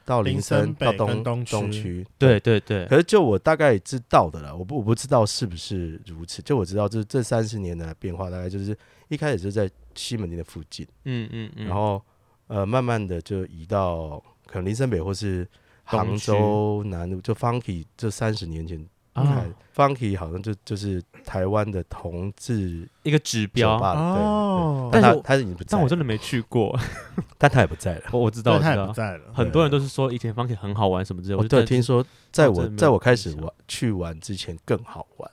Speaker 3: 到林
Speaker 1: 林森
Speaker 3: 森
Speaker 1: 北
Speaker 3: 到
Speaker 1: 跟
Speaker 3: 东
Speaker 1: 东区
Speaker 3: 区，
Speaker 2: 对对对，
Speaker 3: 可是就我大概知道的啦，我不我不知道是不是如此。就我知道这这三十年的变化，大概就是一开始就在西门町的附近，
Speaker 2: 嗯嗯嗯，
Speaker 3: 然后呃慢慢的就移到可能林森北或是
Speaker 2: 东
Speaker 3: 杭
Speaker 2: 区
Speaker 3: 州南
Speaker 2: 嗯
Speaker 3: 路，就 Funky 这三十年前
Speaker 2: 啊
Speaker 3: 开、Funky 好像就就是台湾的同志
Speaker 2: 一个指
Speaker 3: 酒
Speaker 1: 啊
Speaker 2: 标，
Speaker 3: 吧，
Speaker 1: 哦
Speaker 3: 对
Speaker 2: 但
Speaker 3: 对，但他
Speaker 2: 是我
Speaker 3: 他已经不在
Speaker 2: 但
Speaker 3: 了，
Speaker 2: 我真的没去 过，
Speaker 3: 但他也不在了。
Speaker 2: 我我知
Speaker 1: 对，
Speaker 2: 道我
Speaker 1: 它
Speaker 2: 知
Speaker 1: 也不
Speaker 2: 道，
Speaker 1: 在哦了。
Speaker 2: 很多人都是说以前 Funky 很好玩什么之类的，我
Speaker 3: 我
Speaker 2: 就
Speaker 3: 对听说，在
Speaker 2: 真
Speaker 3: 我
Speaker 2: 的没有
Speaker 3: 在我开
Speaker 2: 印
Speaker 3: 始
Speaker 2: 象
Speaker 3: 玩去玩之前更好玩。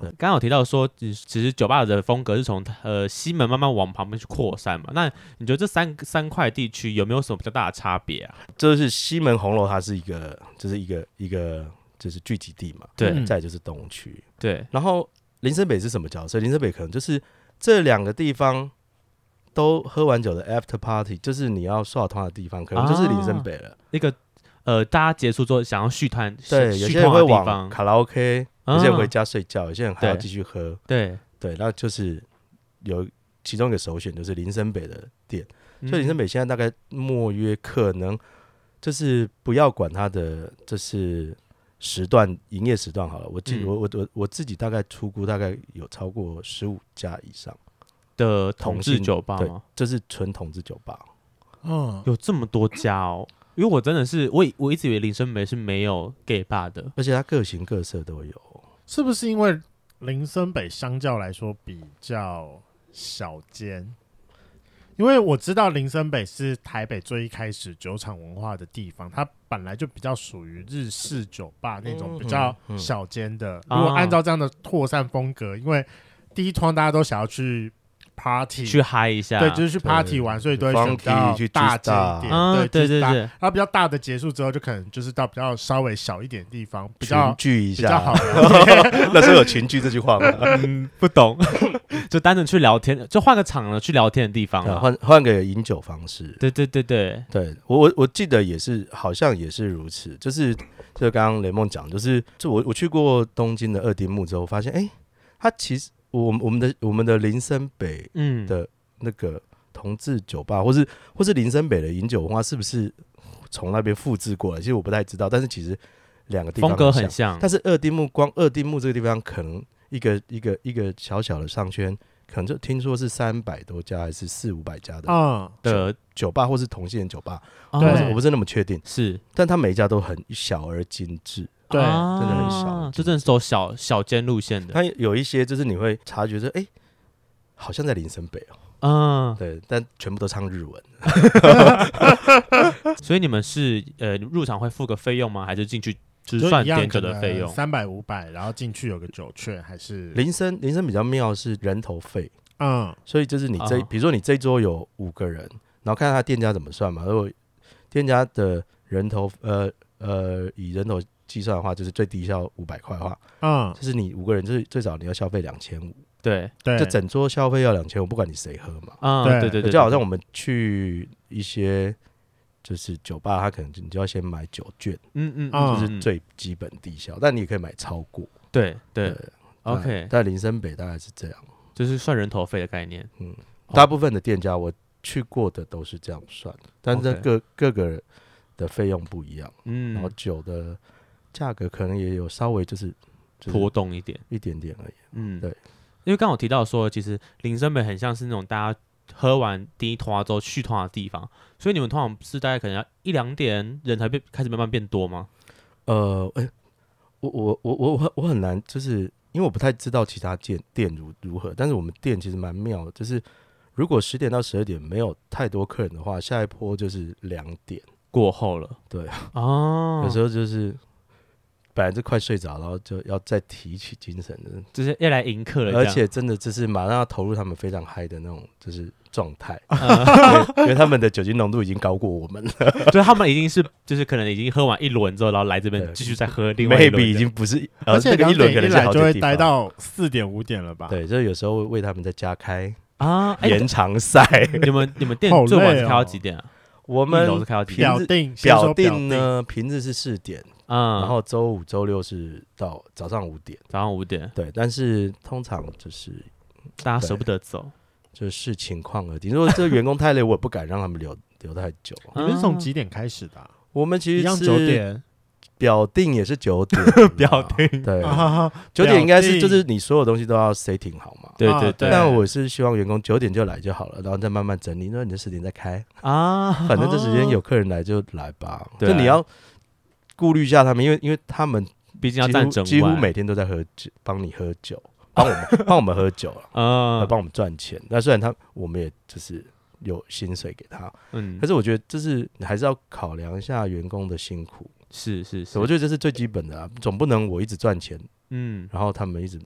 Speaker 1: 嗯，
Speaker 2: 对刚刚有提到说，其实其实酒吧的风格是从呃西门慢慢往旁边去扩散嘛，那你觉得这三三块地区有没有什么比较大的差别啊？
Speaker 3: 就是西门红楼，它是一个，就是一个一个就是聚集地嘛。
Speaker 2: 对
Speaker 1: 嗯
Speaker 3: 再来就是东区，
Speaker 2: 对，
Speaker 3: 然后林森北是什么角色？林森北可能就是这两个地方都喝完酒的 after party，就是你要耍团的地方，可
Speaker 2: 啊
Speaker 3: 能就是林森北了。
Speaker 2: 一个呃，大家结束之后想要续摊，
Speaker 3: 对，
Speaker 2: 续
Speaker 3: 有
Speaker 2: 续
Speaker 3: 些人
Speaker 2: 团
Speaker 3: 会
Speaker 2: 的地
Speaker 3: 往
Speaker 2: 方，
Speaker 3: 卡拉 OK，、有些人
Speaker 2: 啊
Speaker 3: 回家睡觉，有些人还要
Speaker 2: 对
Speaker 3: 继续喝。
Speaker 2: 对，
Speaker 3: 对，那就是有其中一个首选就是林森北的店。
Speaker 2: 嗯
Speaker 3: 所以林森北现在大概莫约可能就是不要管它的就是时段营业时段好了，我记、
Speaker 2: 嗯
Speaker 3: 我我我我自己大概出估大概有超过十五家以上，
Speaker 2: 的同
Speaker 3: 同
Speaker 2: 志
Speaker 3: 性
Speaker 2: 酒吧
Speaker 3: 对
Speaker 2: 吗？
Speaker 3: 就是纯同志酒吧。
Speaker 1: 嗯，
Speaker 2: 有这么多家哦，因为我真的是我以我一直以为林森北是没有 gay 吧的，
Speaker 3: 而且它各形各色都有，
Speaker 1: 是不是因为林森北相较来说比较小间？因为我知道林森北是台北最一开始酒厂文化的地方，它本来就比较属于日式酒吧那种
Speaker 3: 嗯
Speaker 1: 比较
Speaker 3: 嗯嗯
Speaker 1: 小间的。
Speaker 2: 啊
Speaker 1: 如果按照这样的扩散风格，因为第一窗大家都想要去 party
Speaker 2: 去啊嗨一下，
Speaker 1: 嗯对，就是去
Speaker 3: 对
Speaker 1: party 玩，所以都会
Speaker 3: Funky，
Speaker 1: 选到
Speaker 3: 去
Speaker 1: 大景
Speaker 3: G-Star
Speaker 1: 点，
Speaker 2: 啊对
Speaker 1: 对
Speaker 2: 对对
Speaker 1: 然后比较大的结束之后，就可能就是到比较稍微小一点的地方，比
Speaker 3: 群
Speaker 1: 较
Speaker 3: 聚一
Speaker 1: 比较 好
Speaker 3: 下。
Speaker 1: 了解
Speaker 3: 那时候有群聚这句 话吗？
Speaker 2: 嗯，不懂， 就单纯去聊天，就换个场了去聊天的地方
Speaker 3: 对
Speaker 2: 了。
Speaker 3: 啊换换个饮酒方式。
Speaker 2: 对对对对，
Speaker 3: 对我我我记得也是，好像也是如此。就是就刚刚雷梦讲，就是就我我去过东京的二丁目之后，发现哎、诶它其实我们我们的我们的林森北
Speaker 2: 嗯，
Speaker 3: 对那个同志酒吧，或是或是林森北的饮酒文化，是不是从那边复制过来？其实我不太知道，但是其实两个地方
Speaker 2: 风格很
Speaker 3: 像
Speaker 2: 像，
Speaker 3: 但是二丁目光二丁目这个地方，可能一个一个一个小小的商圈，可能就听说是三百多家还是四五百
Speaker 2: 哦
Speaker 3: 家的
Speaker 1: 嗯，
Speaker 2: 的
Speaker 3: 酒吧，或是同性恋酒吧，
Speaker 2: 哦
Speaker 3: 我
Speaker 1: 对
Speaker 3: 不是我不是那么确定，
Speaker 2: 是
Speaker 3: 但它每一家都很小而精致。
Speaker 1: 对
Speaker 2: 啊
Speaker 3: 真的很小
Speaker 2: 就真的是走小小间路线的，
Speaker 3: 它有一些就是你会察觉说，哎、好像在林森北哦、
Speaker 2: 嗯，
Speaker 3: 对，但全部都唱日文。
Speaker 2: 所以你们是呃入场会付个费用吗？还是进去就是算点酒的费用？
Speaker 1: 三百五百，然后进去有个酒券还是
Speaker 3: 林森林森比较妙是人头费，
Speaker 1: 嗯
Speaker 3: 所以就是你这，
Speaker 2: 哦
Speaker 3: 比如说你这一桌有五个人，然后看他店家怎么算嘛。如果店家的人头，呃呃，以人头计算的话，就是最低要五百块的话，
Speaker 1: 嗯
Speaker 3: 就是你五个人就是最少你要消费两千五，
Speaker 2: 对，
Speaker 1: 对，
Speaker 3: 就整桌消费要两千五，不管你谁喝嘛。
Speaker 2: 嗯，
Speaker 1: 对
Speaker 2: 对对对，
Speaker 3: 就好像我们去一些就是酒吧，他可能就你就要先买酒券，
Speaker 2: 嗯嗯
Speaker 1: 嗯
Speaker 2: 嗯，
Speaker 3: 就是最基本低消，但你也可以买超过。
Speaker 2: 对对
Speaker 3: 对
Speaker 2: ，OK，哦
Speaker 3: 但但林森北大概是这样，
Speaker 2: 就是算人头费的概念。哦
Speaker 3: 大部分的店家我去过的都是这样算，但是
Speaker 2: OK
Speaker 3: 各各个的费用不一样，
Speaker 2: 嗯，
Speaker 3: 然后酒的价格可能也有稍微就是就是
Speaker 2: 波动一点。
Speaker 3: 一点点而已。
Speaker 2: 嗯，
Speaker 3: 对，
Speaker 2: 因为刚好提到说，其实林森北很像是那种大家喝完第一团之后续团的地方，所以你们通常是大概可能要一两点人才变开始慢慢变多吗？
Speaker 3: 呃，哎、我我我我我我很难，就是因为我不太知道其他店店如如何，但是我们店其实蛮妙的，就是如果十点到十二点没有太多客人的话，下一波就是两点，
Speaker 2: 过后了，
Speaker 3: 对
Speaker 1: 嗯
Speaker 2: 哦，
Speaker 3: 有时候就是本来就快睡着，然后就要再提起精神的，
Speaker 2: 就是要来迎客了这
Speaker 3: 而
Speaker 2: 样，，
Speaker 3: 且真的就是马上要投入他们非常嗨的那种就是状态
Speaker 1: 嗯
Speaker 2: 呃，
Speaker 3: 因为因为他们的酒精浓度已经高过我们了
Speaker 2: 就是他们已经是就是可能已经喝完一轮之后，然后来这边
Speaker 3: 对
Speaker 2: 继续再喝另外一轮的
Speaker 3: ，maybe 已经不是，呃
Speaker 1: 而且
Speaker 3: 那个
Speaker 1: 两
Speaker 3: 一轮可
Speaker 1: 点一
Speaker 3: 能是
Speaker 1: 来
Speaker 3: 好
Speaker 1: 就
Speaker 3: 几个
Speaker 1: 会
Speaker 3: 地
Speaker 1: 待
Speaker 3: 方。
Speaker 1: 到四点五点了吧？
Speaker 3: 对，就是有时候为他们再加开
Speaker 2: 啊，哎、
Speaker 3: 延长赛，
Speaker 2: 你们你们店
Speaker 1: 好累
Speaker 2: 最晚是
Speaker 1: 哦
Speaker 2: 开到几点啊？
Speaker 3: 我
Speaker 2: 一楼
Speaker 3: 们
Speaker 2: 是开到几
Speaker 3: 平
Speaker 2: 点？
Speaker 1: 表
Speaker 3: 日
Speaker 1: 定先
Speaker 3: 表
Speaker 1: 说表啊
Speaker 3: 定
Speaker 2: 啊
Speaker 3: 呢，平日是四点，
Speaker 2: 嗯，
Speaker 3: 然后周五、周六是到早上五点。
Speaker 2: 早上五点，
Speaker 3: 对，但是通常就是
Speaker 2: 大家舍不得走。，
Speaker 3: 就是视情况而定。如果这个员工太累，我也不敢让他们留留太久。
Speaker 1: 定？你们是从几点开始的啊？
Speaker 3: 我们
Speaker 1: 一
Speaker 3: 其实
Speaker 1: 样
Speaker 3: 是
Speaker 1: 九点，
Speaker 3: 表定也是九点
Speaker 2: 表定
Speaker 3: 对
Speaker 1: 啊
Speaker 3: 九点应该是
Speaker 1: 表定
Speaker 3: 就是你所有东西都要 setting 好嘛。
Speaker 2: 对
Speaker 1: 啊
Speaker 2: 对
Speaker 1: 对
Speaker 2: 对，
Speaker 3: 但我是希望员工九点就来就好了，然后再慢慢整理。那你的十点再开，
Speaker 2: 啊，
Speaker 3: 反正这时间有客人来就来吧。
Speaker 2: 对
Speaker 3: 就你要顾虑一下他们，因为因为他们
Speaker 2: 毕竟要
Speaker 3: 几
Speaker 2: 站
Speaker 3: 乎
Speaker 2: 整
Speaker 3: 几乎
Speaker 2: 晚
Speaker 3: 每天都在喝酒，帮你喝酒， 帮我们帮我们喝酒了，
Speaker 2: 嗯
Speaker 3: 来帮我们赚钱。那虽然他我们也就是有薪水给他，
Speaker 2: 嗯
Speaker 3: 可，是我觉得就是你还是要考量一下员工的辛苦，
Speaker 2: 是是是，
Speaker 3: 我觉得这是最基本的啊，总不能我一直赚钱，
Speaker 2: 嗯，
Speaker 3: 然后他们一直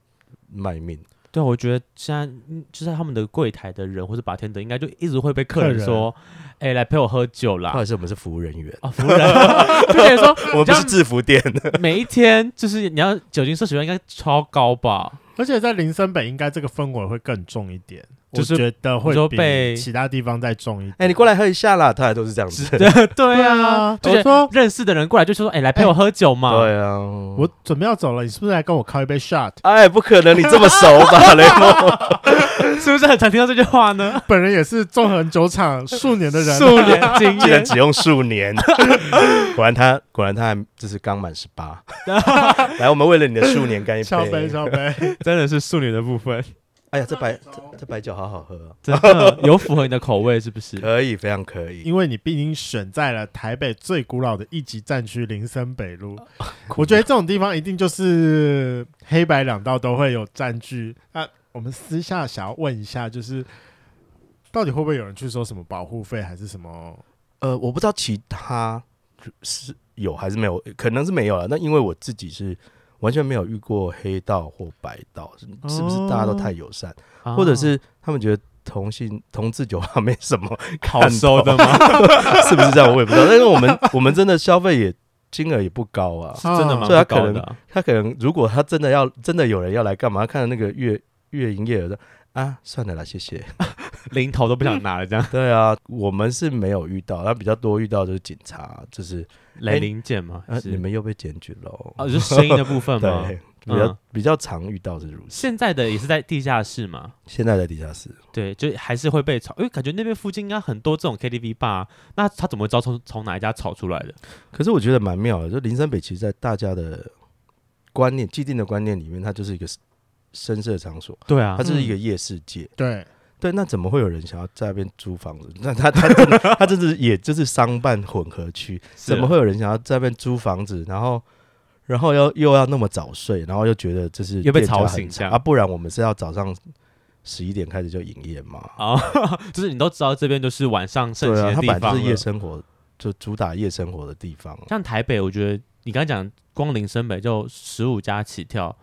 Speaker 3: 卖命。
Speaker 2: 对，我觉得现在嗯就是他们的柜台的人或者把天的，应该就一直会被客
Speaker 1: 客
Speaker 2: 人
Speaker 1: 人
Speaker 2: 说，哎，来陪我喝酒
Speaker 3: 或
Speaker 2: 啦。
Speaker 3: 者是我们是服务人员，
Speaker 2: 啊，服务人 就可以说，
Speaker 3: 我们
Speaker 2: 这
Speaker 3: 不
Speaker 2: 样
Speaker 3: 是制服店，
Speaker 2: 每一天就是你要酒精摄取量应该超高吧？
Speaker 1: 而且在林森北应该这个氛围会更重一点，
Speaker 2: 就是
Speaker 1: 我觉得
Speaker 2: 你
Speaker 1: 会
Speaker 2: 说
Speaker 1: 比
Speaker 2: 被
Speaker 1: 其他地方再重一点。
Speaker 3: 哎，你过来喝一下啦，大家都是这样子。
Speaker 2: 对
Speaker 1: 对
Speaker 2: 啊，
Speaker 1: 啊，
Speaker 2: 就是
Speaker 1: 我说
Speaker 2: 认识的人过来就说，哎，来陪我喝酒嘛。
Speaker 3: 对啊，
Speaker 1: 我准备要走了，你是不是来跟我靠一杯 shot？
Speaker 3: 哎，不可能，你这么熟吧，雷梦？
Speaker 2: 是不是很常听到这句话呢？
Speaker 1: 本人也是纵横酒 场数年的人，啊
Speaker 2: 数年经
Speaker 3: 竟然
Speaker 2: 验，
Speaker 3: 只用 数年，果然他果然他还就是刚满十 八。来，我们为了你的数年干一
Speaker 1: 小杯
Speaker 3: 杯。
Speaker 1: 小杯，
Speaker 2: 真的是数年的部分，
Speaker 3: 哎呀，这白这这白酒好好喝哦，
Speaker 2: 真的有符合你的口味是不 是？
Speaker 3: 可以，非常可 以。
Speaker 1: 因为你毕竟选在了台北最古老的一级战区林森北路， 我觉得这种地方一定就是黑白两道都会有占据。那我们私下想要问一下，就是到底会不会有人去收什么保护费，还是什么？
Speaker 3: 呃，我不知道其他是有还是没有，呃可能是没有了。那因为我自己是完全没
Speaker 2: 啊
Speaker 3: 有遇过黑道或白道，是是不是大家都太友善，或者是他们觉得同性同志酒吧没什 么
Speaker 2: 好收的吗？
Speaker 3: 是不是这样？我也不知道。但是我们我们真的消费也金额也不高 啊。
Speaker 2: 是真的吗？
Speaker 3: 所以他
Speaker 2: 不高
Speaker 3: 可能
Speaker 2: 的啊
Speaker 3: 他可能如果他真的要真的有人要来干嘛，他看到那个月月营业额的啊，算了啦，谢谢。
Speaker 2: 零头都不想拿了， 这样
Speaker 3: 对啊，我们是没有遇到，他比较多遇到就是警察，就是
Speaker 2: 来零件吗？
Speaker 3: 啊
Speaker 2: 还，是
Speaker 3: 你们又被检举喽。
Speaker 2: 啊，就是声音的部分 吗？
Speaker 3: 对，比较、
Speaker 2: 嗯
Speaker 3: 比较常遇到是如此。
Speaker 2: 现在的也是在地下室嘛，
Speaker 3: 现在在地下室，
Speaker 2: 对，就还是会被炒，因为感觉那边附近应该很多这种 KTV 吧、那他怎么会知道从从哪一家炒出来的？
Speaker 3: 可是我觉得蛮妙的，就林森北其实，在大家的观念、既定的观念里面，它就是一个深色场所，
Speaker 2: 对啊嗯
Speaker 3: 它，就是一个夜市街。
Speaker 1: 对，
Speaker 3: 对，那怎么会有人想要在那边租房子？那 他他真的他真的也就是商办混合区，
Speaker 2: 是
Speaker 3: 怎么会有人想要在那边租房子？然后然后要又要那么早睡，然后又觉得这是
Speaker 2: 又被
Speaker 3: 店家
Speaker 2: 吵
Speaker 3: 很
Speaker 2: 醒这
Speaker 3: 吵
Speaker 2: 样
Speaker 3: 啊？不然我们是要早上十一点开始就营业嘛？
Speaker 2: 啊？ 就是你都知道这边就是晚上盛
Speaker 3: 对
Speaker 2: 行
Speaker 3: 啊，
Speaker 2: 的
Speaker 3: 它
Speaker 2: 地
Speaker 3: 本来
Speaker 2: 方
Speaker 3: 就
Speaker 2: 了
Speaker 3: 是夜生活，就主打夜生活的地方啊。
Speaker 2: 像台北，我觉得你刚才讲光临深北就十五家起跳，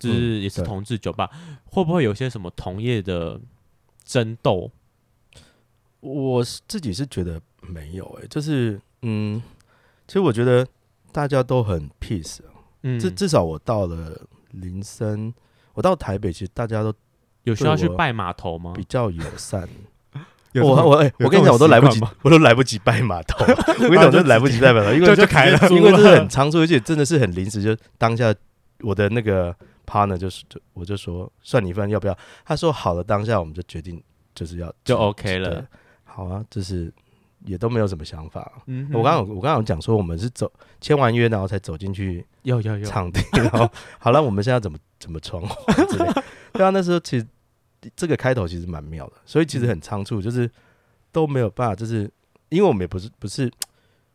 Speaker 2: 就是也是
Speaker 3: 嗯对
Speaker 2: 同志酒吧，会不会有些什么同业的争斗？
Speaker 3: 我是自己是觉得没有诶、就是嗯，其实我觉得大家都很 peace，、啊
Speaker 2: 嗯，
Speaker 3: 至至少我到了林森，我到台北，其实大家都
Speaker 2: 有需要
Speaker 3: 对
Speaker 2: 去
Speaker 3: 我
Speaker 2: 拜码头吗
Speaker 3: 比？较友善。
Speaker 1: 有
Speaker 3: 我
Speaker 1: 这种
Speaker 3: 我、哎，
Speaker 1: 有
Speaker 3: 我
Speaker 1: 这
Speaker 3: 跟
Speaker 1: 种
Speaker 3: 你讲，我都来不
Speaker 1: 习
Speaker 3: 及
Speaker 1: 惯，
Speaker 3: 我都来不及拜码 头，我跟你讲，我都来不及拜码头，因为
Speaker 1: 就就开了
Speaker 3: 因为真的很仓促，而且真的是很临时，就当下我的那个 partner 就是就我就说算你一份要不要？他说好了，当下我们就决定就是要
Speaker 2: 就 OK 了
Speaker 3: 对好啊，就是也都没有什么想法。
Speaker 2: 嗯哼，
Speaker 3: 我刚刚有我刚刚有讲说，我们是走签完约，然后才走进去
Speaker 2: 有有有，
Speaker 3: 场地，然后好了，我们现在怎么怎么窗户 之类。对啊，那时候其实这个开头其实蛮妙的，所以其实很仓促，就是都没有办法，就是因为我们也不是不是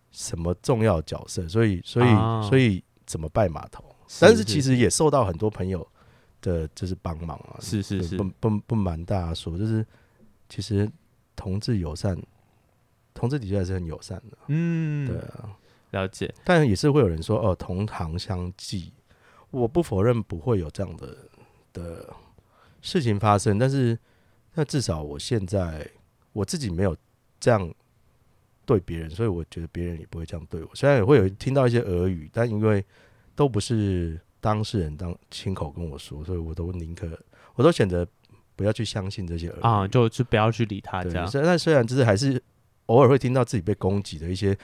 Speaker 3: 什么重要的角色，所以所以、
Speaker 2: 啊
Speaker 3: 所以怎么拜码头？但是其
Speaker 2: 实
Speaker 3: 实也受到很多朋友的就是帮忙啊，
Speaker 2: 是是是
Speaker 3: 不不不瞒大家说，就是其实同志友善，同志的确还是很友善的，
Speaker 2: 嗯，
Speaker 3: 对啊。
Speaker 2: 了解，
Speaker 3: 但也是会有人说，哦，同行相忌。我不否认不会有这样的的事情发生，但是那至少我现在我自己没有这样对别人，所以我觉得别人也不会这样对我。虽然也会有听到一些俄语，但因为都不是当事人当亲口跟我说，所以我都宁可我都选择不要去相信这些俄语
Speaker 2: 啊，就就不要去理他这
Speaker 3: 对，
Speaker 2: 样，
Speaker 3: 虽但虽然就是还是偶尔会听到自己被攻击的一些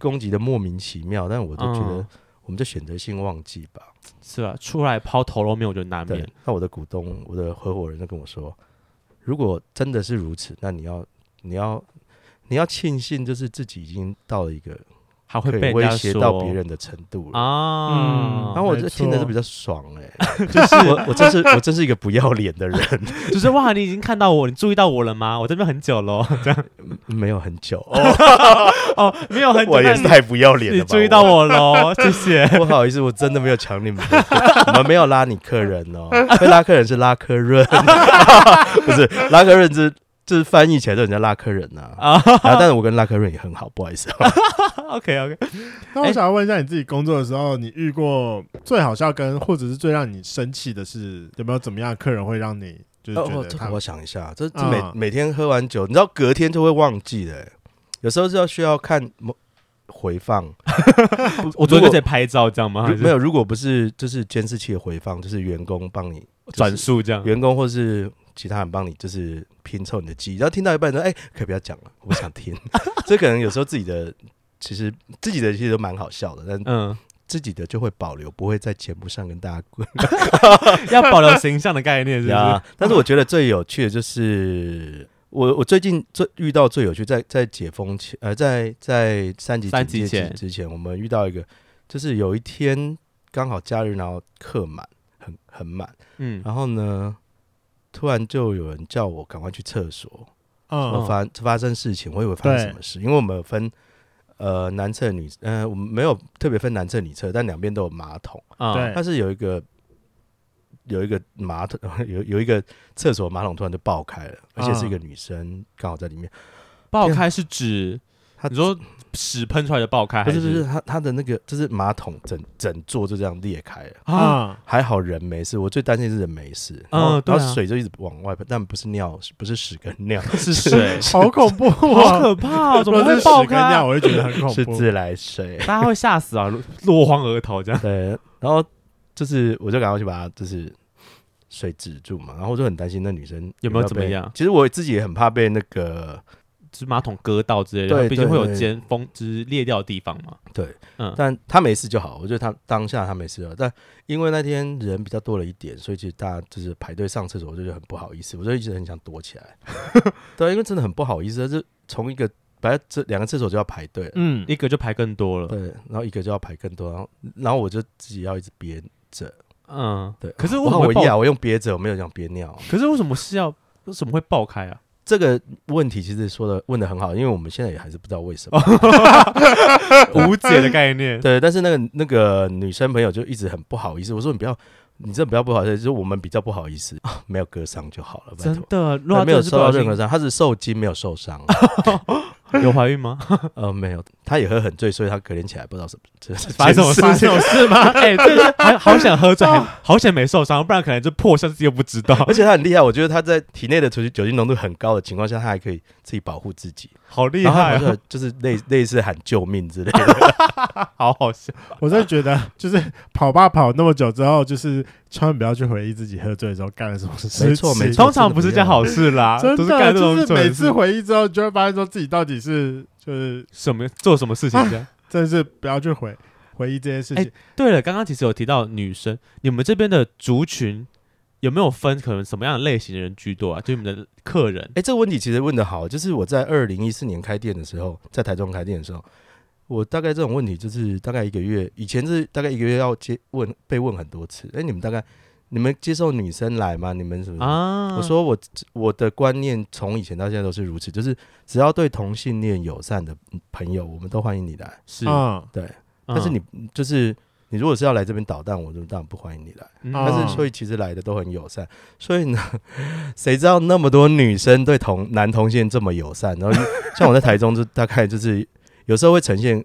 Speaker 3: 攻击的莫名其妙，但我就觉得
Speaker 2: 嗯
Speaker 3: 我们就选择性忘记吧。
Speaker 2: 是吧？出来抛头露面，我觉得难
Speaker 3: 对
Speaker 2: 免，，
Speaker 3: 那我的股东、我的合伙人就跟我说，如果真的是如此，那你要你要你要庆幸，就是自己已经到了一个
Speaker 2: 还会
Speaker 3: 可
Speaker 2: 被
Speaker 3: 以
Speaker 2: 人家
Speaker 3: 威胁到
Speaker 2: 说
Speaker 3: 别人的程度了。
Speaker 2: 啊，
Speaker 1: 嗯
Speaker 3: 然后我
Speaker 1: 没
Speaker 3: 就听着
Speaker 1: 错
Speaker 3: 是比较爽 哎、就是我我真是我真是一个不要脸的人，
Speaker 2: 就是哇，你已经看到我，你注意到我了吗？我这边很久 了，这样
Speaker 3: 没有很 久，
Speaker 2: 哦，没有很久，
Speaker 3: 我也
Speaker 2: 那
Speaker 3: 是
Speaker 2: 你
Speaker 3: 太不要脸了
Speaker 2: 你
Speaker 3: 吧。
Speaker 2: 注意到我了， 谢谢。
Speaker 3: 不好意思，我真的没有抢你们的，我们没有拉你客人哦，会拉客人是拉客人， 不是拉客人是就是翻译起来就人家拉客人呐、啊。
Speaker 2: 啊
Speaker 3: 但是我跟拉客人也很好，不好意思、啊，
Speaker 2: ，OK OK，
Speaker 1: 那
Speaker 2: 哎
Speaker 1: 我想要问一下，你自己工作的时候，你遇过最好笑跟或者是最让你生气的是，有没有怎么样的客人会让你就是觉
Speaker 3: 哦
Speaker 1: 得
Speaker 3: 这
Speaker 1: 他
Speaker 3: 个我想一下，这这每、
Speaker 1: 嗯
Speaker 3: 每天喝完酒，你知道隔天就会忘记的、欸有时候是要需要看某回放，
Speaker 2: 我昨天就在拍照，这样吗？还
Speaker 3: 如
Speaker 2: 啊是
Speaker 3: 没有，如果不是就是监视器的回放，就是员工帮你
Speaker 2: 转述这样，
Speaker 3: 员工或是其他人帮你就是拼凑你的记忆，然后听到一半说：“哎、可以不要讲了，我不想 听。”这可能有时候自己的其实自己的其实都蛮好笑的，但
Speaker 2: 嗯，
Speaker 3: 自己的就会保留，不会在节目上跟大家滚。
Speaker 2: 要保留形象的概念，是不是？
Speaker 3: 呀但是我觉得最有趣的就是。我我最近最遇到最有趣，在在解封前，呃，在在三级
Speaker 2: 三
Speaker 3: 警戒
Speaker 2: 级前
Speaker 3: 之前，我们遇到一个，就是有一天刚好假日，然后客满，很很满，
Speaker 2: 嗯，
Speaker 3: 然后呢，突然就有人叫我赶快去厕所，
Speaker 1: 嗯
Speaker 3: 说发发生事情，我以为发生什么事，因为我们有分呃男厕女，呃我们没有特别分男厕女厕，但两边都有马桶，
Speaker 2: 啊
Speaker 1: 对
Speaker 3: 但是有一个有一个马桶 有有一个厕所
Speaker 2: 嗯
Speaker 3: 马桶突然就爆开了，而且是一个女生刚好在里面，
Speaker 2: 爆开是指
Speaker 3: 它
Speaker 2: 你说屎喷出来的爆开
Speaker 3: 不
Speaker 2: 还
Speaker 3: 是不是，它它的那个就是马桶整整座就这样裂开了，
Speaker 2: 啊？
Speaker 3: 还好人没事，我最担心是人没事，
Speaker 2: 嗯
Speaker 3: 然后
Speaker 2: 对啊
Speaker 3: 然后水就一直往外喷，但不是尿，不是屎跟尿，
Speaker 2: 是水，
Speaker 1: 好恐怖
Speaker 2: 好
Speaker 1: 啊！
Speaker 2: 可怕、哦，怎
Speaker 1: 如果
Speaker 2: 么
Speaker 1: 是
Speaker 2: 会
Speaker 1: 屎
Speaker 2: 爆
Speaker 1: 跟
Speaker 2: 开
Speaker 1: 尿，
Speaker 2: 啊？
Speaker 1: 我就觉得很恐
Speaker 3: 是
Speaker 1: 怖。
Speaker 3: 自来水。
Speaker 2: 大家会吓死啊，落落荒而逃这样。
Speaker 3: 对，然后就是我就赶快去把它就是水止住嘛，然后我就很担心那女生
Speaker 2: 有没有
Speaker 3: 被
Speaker 2: 怎么样
Speaker 3: 其实我自己也很怕被那个
Speaker 2: 就是马桶割到之类的，
Speaker 3: 对
Speaker 2: 毕竟
Speaker 3: 对
Speaker 2: 会有
Speaker 3: 对
Speaker 2: 尖峰，就是裂掉的地方嘛。
Speaker 3: 对，
Speaker 2: 嗯，
Speaker 3: 但她没事就好，我觉得她当下她没事就好，但因为那天人比较多了一点，所以其实大家就是排队上厕所，我就觉得很不好意思，我就一直很想躲起来。 对，啊因为真的很不好意思，这从一个本来这两个厕所就要排队了，
Speaker 1: 嗯，
Speaker 2: 一个就排更多了。
Speaker 3: 对，然后一个就要排更多，然后然后我就自己要一直憋着，
Speaker 2: 嗯，
Speaker 3: 对，
Speaker 2: 可是为
Speaker 3: 我
Speaker 2: 什
Speaker 3: 很
Speaker 2: 么会
Speaker 3: 文艺啊，
Speaker 2: 爆？
Speaker 3: 我用憋着，我没有讲憋尿。
Speaker 2: 可是为什么是要为什么会爆开啊？
Speaker 3: 这个问题其实说的问的很好，因为我们现在也还是不知道为什么。
Speaker 2: 哦无解的概念。
Speaker 3: 对，但是那个那个女生朋友就一直很不好意思，我说你不要，你真的不要不好意思，就是我们比较不好意思，啊、 没有割伤就好了，拜
Speaker 2: 哦真
Speaker 3: 托。
Speaker 2: 的，如果
Speaker 3: 她
Speaker 2: 他
Speaker 3: 没
Speaker 2: 真
Speaker 3: 有
Speaker 2: 的是
Speaker 3: 受
Speaker 2: 不小
Speaker 3: 到任何
Speaker 2: 心，
Speaker 3: 伤，她是受惊没有受伤，啊
Speaker 2: 有怀孕吗？
Speaker 3: 呃，没有，她也喝很醉，所以她隔天起来不知道什么，这是
Speaker 2: 发生什么
Speaker 1: 发
Speaker 2: 事
Speaker 1: 生
Speaker 2: 情？
Speaker 1: 有事吗？
Speaker 2: 哎，对对，还好想喝醉，还好险没受伤，不然可能就破，下次又不知道。
Speaker 3: 而且她很厉害，我觉得她在体内的酒精酒精浓度很高的情况下，她还可以自己保护自己，
Speaker 2: 好厉
Speaker 3: 然后她
Speaker 2: 害
Speaker 3: 好
Speaker 2: 啊，
Speaker 3: 像就是类类似喊救命之类的，
Speaker 2: 好好笑。
Speaker 1: 我真的觉得，就是跑吧跑那么久之后，就是千万不要去回忆自己喝醉的时候干了什么事情。
Speaker 3: 没错没错
Speaker 2: 通常不是件好事啦，
Speaker 1: 真
Speaker 2: 啊都是
Speaker 1: 的啊
Speaker 2: 干这种
Speaker 1: 就是
Speaker 2: 蠢
Speaker 1: 每
Speaker 2: 事
Speaker 1: 次回忆之后，你就会发现说自己到底是就是
Speaker 2: 什么做什么事情这样。
Speaker 1: 真的是不要去回回忆这件事情。
Speaker 2: 对了，刚刚其实有提到女生，你们这边的族群有没有分可能什么样的类型的人居多啊？就你们的客人
Speaker 3: 哎、这个问题其实问的好，就是我在二零一四年开店的时候，在台中开店的时候，我大概这种问题就是大概一个月，以前是大概一个月要接问被问很多次。哎、你们大概你们接受女生来吗？你们什么？
Speaker 2: 啊，
Speaker 3: 我说我我的观念从以前到现在都是如此，就是只要对同性恋友善的朋友，我们都欢迎你来。
Speaker 2: 啊是，
Speaker 1: 嗯，
Speaker 3: 对，但是你就是你如果是要来这边捣蛋，我就当然不欢迎你来。
Speaker 2: 嗯
Speaker 1: 但
Speaker 3: 但
Speaker 1: 嗯
Speaker 3: 是所以其实来的都很友善，所以呢， 谁知道那么多女生对同男同性这么友善？然后像我在台中就大概就是有时候会呈现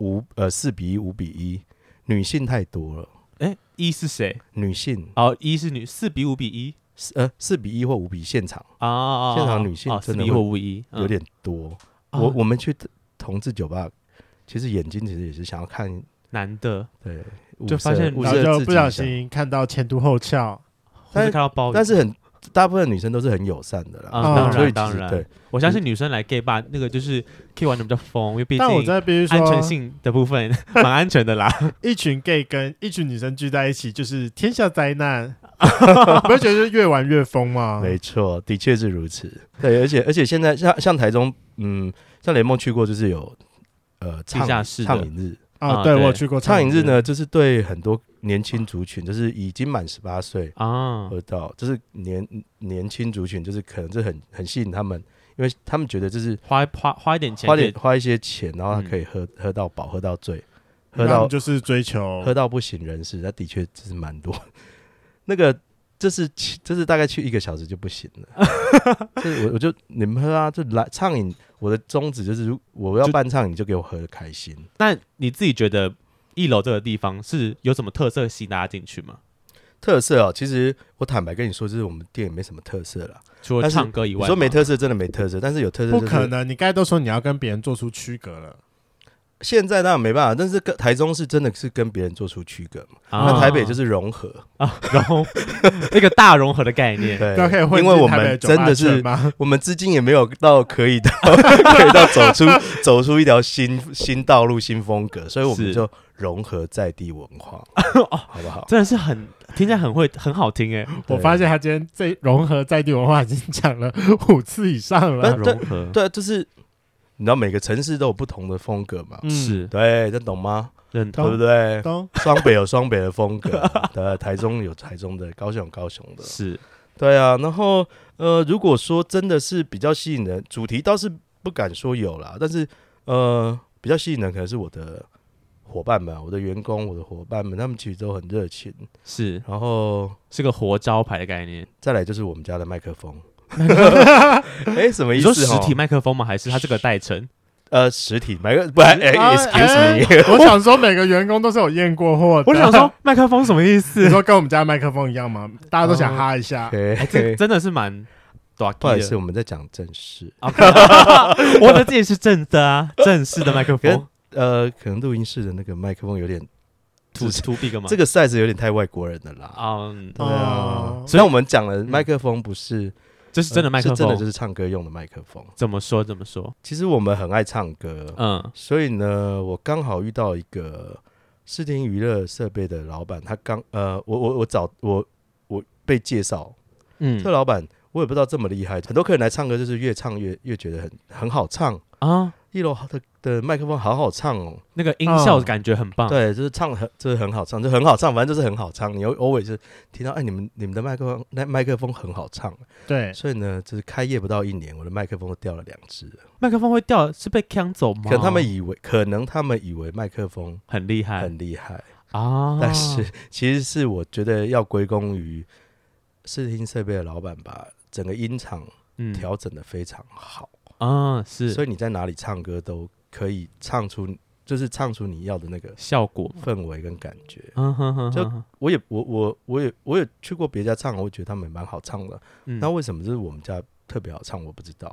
Speaker 3: 五呃四比一五比一，女性太多了，
Speaker 2: 哎，一是谁？
Speaker 3: 女性
Speaker 2: 哦，一是女，四比五比一
Speaker 3: 四呃四比一或五比现场
Speaker 2: 啊啊，啊
Speaker 3: 现场女性
Speaker 2: 啊四
Speaker 3: 真的
Speaker 2: 比一
Speaker 3: 会
Speaker 2: 或五一，嗯
Speaker 3: 有点多。
Speaker 2: 啊
Speaker 3: 我我们去同志酒吧，其实眼睛其实也是想要看
Speaker 2: 男的，
Speaker 3: 对，
Speaker 2: 就
Speaker 3: 物
Speaker 2: 发
Speaker 3: 色
Speaker 2: 现
Speaker 3: 物
Speaker 1: 然后
Speaker 3: 色
Speaker 1: 就
Speaker 3: 自
Speaker 1: 不
Speaker 3: 己
Speaker 1: 小
Speaker 3: 一下
Speaker 1: 心看到前凸后翘，
Speaker 2: 或
Speaker 3: 但
Speaker 2: 是
Speaker 3: 是
Speaker 2: 看到包，
Speaker 3: 但是很大部分女生都是很友善的啦，
Speaker 2: 啊，
Speaker 1: 嗯
Speaker 2: 当
Speaker 3: 所以
Speaker 2: 然
Speaker 3: 其
Speaker 2: 当
Speaker 3: 实对
Speaker 2: 然，。我相
Speaker 3: 嗯
Speaker 2: 信女生来 gay 吧，那个就是 gay 玩的比较疯，因为毕竟
Speaker 1: 但我真的必须
Speaker 2: 安全
Speaker 1: 说，
Speaker 2: 性的部分 蛮安全 的啦。哦
Speaker 1: 一群 gay 跟一群女生聚在一起，就是天下灾 难。 不会觉得就是越玩越疯吗？
Speaker 3: 没错，的确是如此。啊对，而且而且现在像像台中，嗯，像雷梦去过，就是有呃
Speaker 2: 地
Speaker 3: 畅
Speaker 2: 下
Speaker 3: 饮
Speaker 2: 室的
Speaker 3: 畅饮日，
Speaker 1: 啊，
Speaker 2: 啊
Speaker 1: 对
Speaker 2: 对
Speaker 1: 我有去过
Speaker 3: 畅饮
Speaker 1: 饮
Speaker 3: 日呢，就是对很多年轻族群，就是已经满十八岁
Speaker 2: 啊，
Speaker 3: 喝到，就是年年轻族群，就是可能这很很吸引他们，因为他们觉得就是
Speaker 2: 花花花一点钱
Speaker 3: 花
Speaker 2: 可以
Speaker 3: 点花一些钱，然后
Speaker 2: 嗯
Speaker 3: 他可以喝、喝到饱，喝到醉，
Speaker 1: 那
Speaker 3: 喝
Speaker 1: 他
Speaker 3: 到
Speaker 1: 们就是追求
Speaker 3: 喝到不省人事，那的确就是蛮多。 那个这是去这是大概去一个小时就不行了， 这我我就你们喝啊，就来畅饮。我的宗旨就是，如我要
Speaker 2: 就
Speaker 3: 办畅饮就给我喝的开心。
Speaker 2: 那你自己觉得一楼这个地方是有什么特色吸引大家进去吗？
Speaker 3: 特色哦，其实我坦白跟你说，就是我们店也没什么特色了。
Speaker 2: 除了
Speaker 3: 但是
Speaker 2: 唱歌以
Speaker 3: 你
Speaker 2: 外，
Speaker 3: 说没，特色，真的没特色，但是有特色、就
Speaker 1: 不
Speaker 3: 是。
Speaker 1: 可能，你刚才都说你要跟别人做出区隔了，
Speaker 3: 现在当然没办法，但是跟台中是真的是跟别人做出区隔嘛。
Speaker 1: 啊
Speaker 3: 那台北就是融合，
Speaker 2: 哦然后 一个大融合的概 念。
Speaker 3: 对
Speaker 1: 对，可以混
Speaker 3: 因为
Speaker 1: 进
Speaker 3: 我
Speaker 1: 台北
Speaker 3: 们
Speaker 1: 酒吧
Speaker 3: 真的
Speaker 1: 圈
Speaker 3: 是
Speaker 1: 吗？
Speaker 3: 我们至今也没有到可以到 可以到走出 走出一条新新道路、新风格，所以我们
Speaker 2: 是
Speaker 3: 就融合在地文化，好不好？
Speaker 2: 真的是很听起来很会很好听哎、
Speaker 1: 我发现他今天这融合在地文化已经讲了五次以上了
Speaker 3: 但。
Speaker 2: 融合
Speaker 3: 对，就是你知道每个城市都有不同的风格嘛，
Speaker 1: 嗯
Speaker 2: 是
Speaker 3: 对，这懂吗？
Speaker 2: 认
Speaker 1: 懂
Speaker 2: 同
Speaker 3: 对不对？
Speaker 1: 懂，
Speaker 3: 双北有双北的风格，对，台中有台中的，高雄有高雄的，
Speaker 2: 是
Speaker 3: 对啊。然后呃，如果说真的是比较吸引人，主题倒是不敢说有啦，但是呃，比较吸引人可能是我的伙伴们啊，我的员工，我的伙伴们，他们其实都很热情。
Speaker 2: 是
Speaker 3: 然后
Speaker 2: 是个活招牌的概念。
Speaker 3: 再来就是我们家的麦克风，哎、什么
Speaker 2: 你
Speaker 3: 意
Speaker 2: 说
Speaker 3: 思
Speaker 2: 实
Speaker 3: 齁？
Speaker 2: 体麦克风吗？还是它这个代称？
Speaker 3: 呃实体买个不哎哎
Speaker 1: 啊
Speaker 3: ，excuse me，
Speaker 1: 哎我想说每个员工都是有验过货的。
Speaker 2: 我想 说，麦克风什么意
Speaker 1: 你
Speaker 2: 思？
Speaker 1: 说跟我们家麦克风一样吗？大家都想哈一下，
Speaker 2: 哎这
Speaker 3: 哦对，
Speaker 2: 真的是蛮短
Speaker 3: 不好意思，
Speaker 2: 的。
Speaker 3: 我们在讲正事。
Speaker 2: OK，我的自己是正的啊，正式的麦克
Speaker 3: 可是
Speaker 2: 风，
Speaker 3: 呃，可能录音室的那个麦克风有点，
Speaker 2: 土土 big 吗？
Speaker 3: 这个 size 有点太外国人的啦。
Speaker 2: 嗯，
Speaker 3: 对啊
Speaker 1: 哦，
Speaker 3: 虽然我们讲的麦克风不是
Speaker 2: 这是真的麦克风，
Speaker 3: 呃嗯是真的就是唱歌用的麦克风。
Speaker 2: 怎么说怎么说？
Speaker 3: 其实我们很爱唱歌，
Speaker 2: 嗯
Speaker 3: 所以呢，我刚好遇到一个视听娱乐设备的老板，他刚呃，我我我找我我被介绍，这个
Speaker 2: 嗯
Speaker 3: 老板我也不知道这么厉害，很多客人来唱歌就是越唱越越觉得很很好唱，
Speaker 2: 啊，
Speaker 3: 一楼的的麦克风好好唱哦，
Speaker 2: 那个音效感觉很棒。
Speaker 3: 对，就是唱很就是很好唱，就很好唱，反正就是很好唱，你 always 是听到哎，你们你们的麦克风那麦克风很好唱，
Speaker 1: 对，
Speaker 3: 所以呢，就是开业不到一年，我的麦克风都掉了两只了，
Speaker 2: 麦克风会掉是被呛走吗？
Speaker 3: 可能他们以为可能他们以为麦克风
Speaker 2: 很厉害
Speaker 3: 很厉害。
Speaker 2: 啊，
Speaker 3: 但是 其实是我觉得要归功于视听设备的老板把整个音场
Speaker 2: 嗯
Speaker 3: 调整的非常好，
Speaker 2: 啊是
Speaker 3: 所以你在哪里唱歌都可以唱出，就是唱出你要的那个
Speaker 2: 效果，
Speaker 3: 氛围跟感觉。
Speaker 2: 嗯哼哼
Speaker 3: 就
Speaker 2: 哼哼，
Speaker 3: 我也我我我也我也去过别家唱，我觉得他们蛮好唱的。
Speaker 2: 嗯
Speaker 3: 那为什么就是我们家特别好唱？我不知道。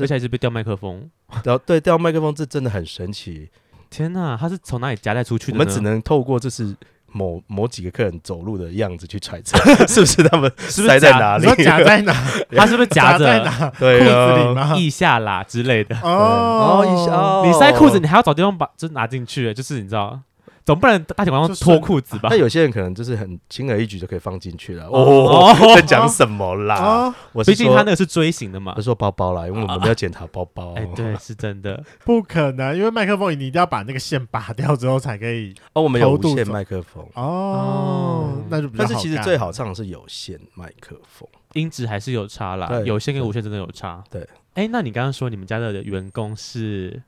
Speaker 2: 而且还是被掉麦克风。
Speaker 3: 然后对掉麦克风，这真的很神奇。
Speaker 2: 天呐，他是从哪里夹带出去
Speaker 3: 我
Speaker 2: 的呢？
Speaker 3: 们只能透过就是某某几个客人走路的样子去揣测，是不是他们
Speaker 2: 是不是
Speaker 3: 塞在
Speaker 2: 夹
Speaker 3: 哪
Speaker 1: 你
Speaker 3: 里？
Speaker 1: 说夹在哪？
Speaker 2: 他是不是 夹
Speaker 1: 在
Speaker 2: 着
Speaker 1: 哪？
Speaker 3: 对
Speaker 1: 裤
Speaker 3: 啊
Speaker 1: 子里吗？
Speaker 2: 腋下啦之类的？
Speaker 1: 哦，
Speaker 3: 一下，哦
Speaker 2: 你塞裤子，你。还要找地方把这拿进去，欸就是你知道，总不能大庭广众脱裤子吧
Speaker 3: 那？有些人可能就是很轻而易举就可以放进去了。
Speaker 2: 哦
Speaker 3: 哦，在讲什么啦？
Speaker 1: 啊，
Speaker 3: 我是
Speaker 2: 毕竟他
Speaker 3: 说
Speaker 2: 那，个是锥形的嘛
Speaker 3: 我。说包包啦，因为我们要检查包包。
Speaker 2: 哎，对，是真的。
Speaker 1: 不可能，因为麦克风你一定要把那个线拔掉之后才可以。
Speaker 3: 哦，我们有
Speaker 1: 偷渡
Speaker 3: 无线
Speaker 1: 走
Speaker 3: 麦克风，
Speaker 1: 哦
Speaker 2: 哦，
Speaker 1: 那就比较
Speaker 3: 但
Speaker 1: 好干。
Speaker 3: 是其实最好唱的是有线麦克风。
Speaker 2: 音质还是有差啦，
Speaker 3: 对
Speaker 2: 有线跟无线真的有差。
Speaker 3: 对，
Speaker 2: 哎，那你刚刚说你们家的员工是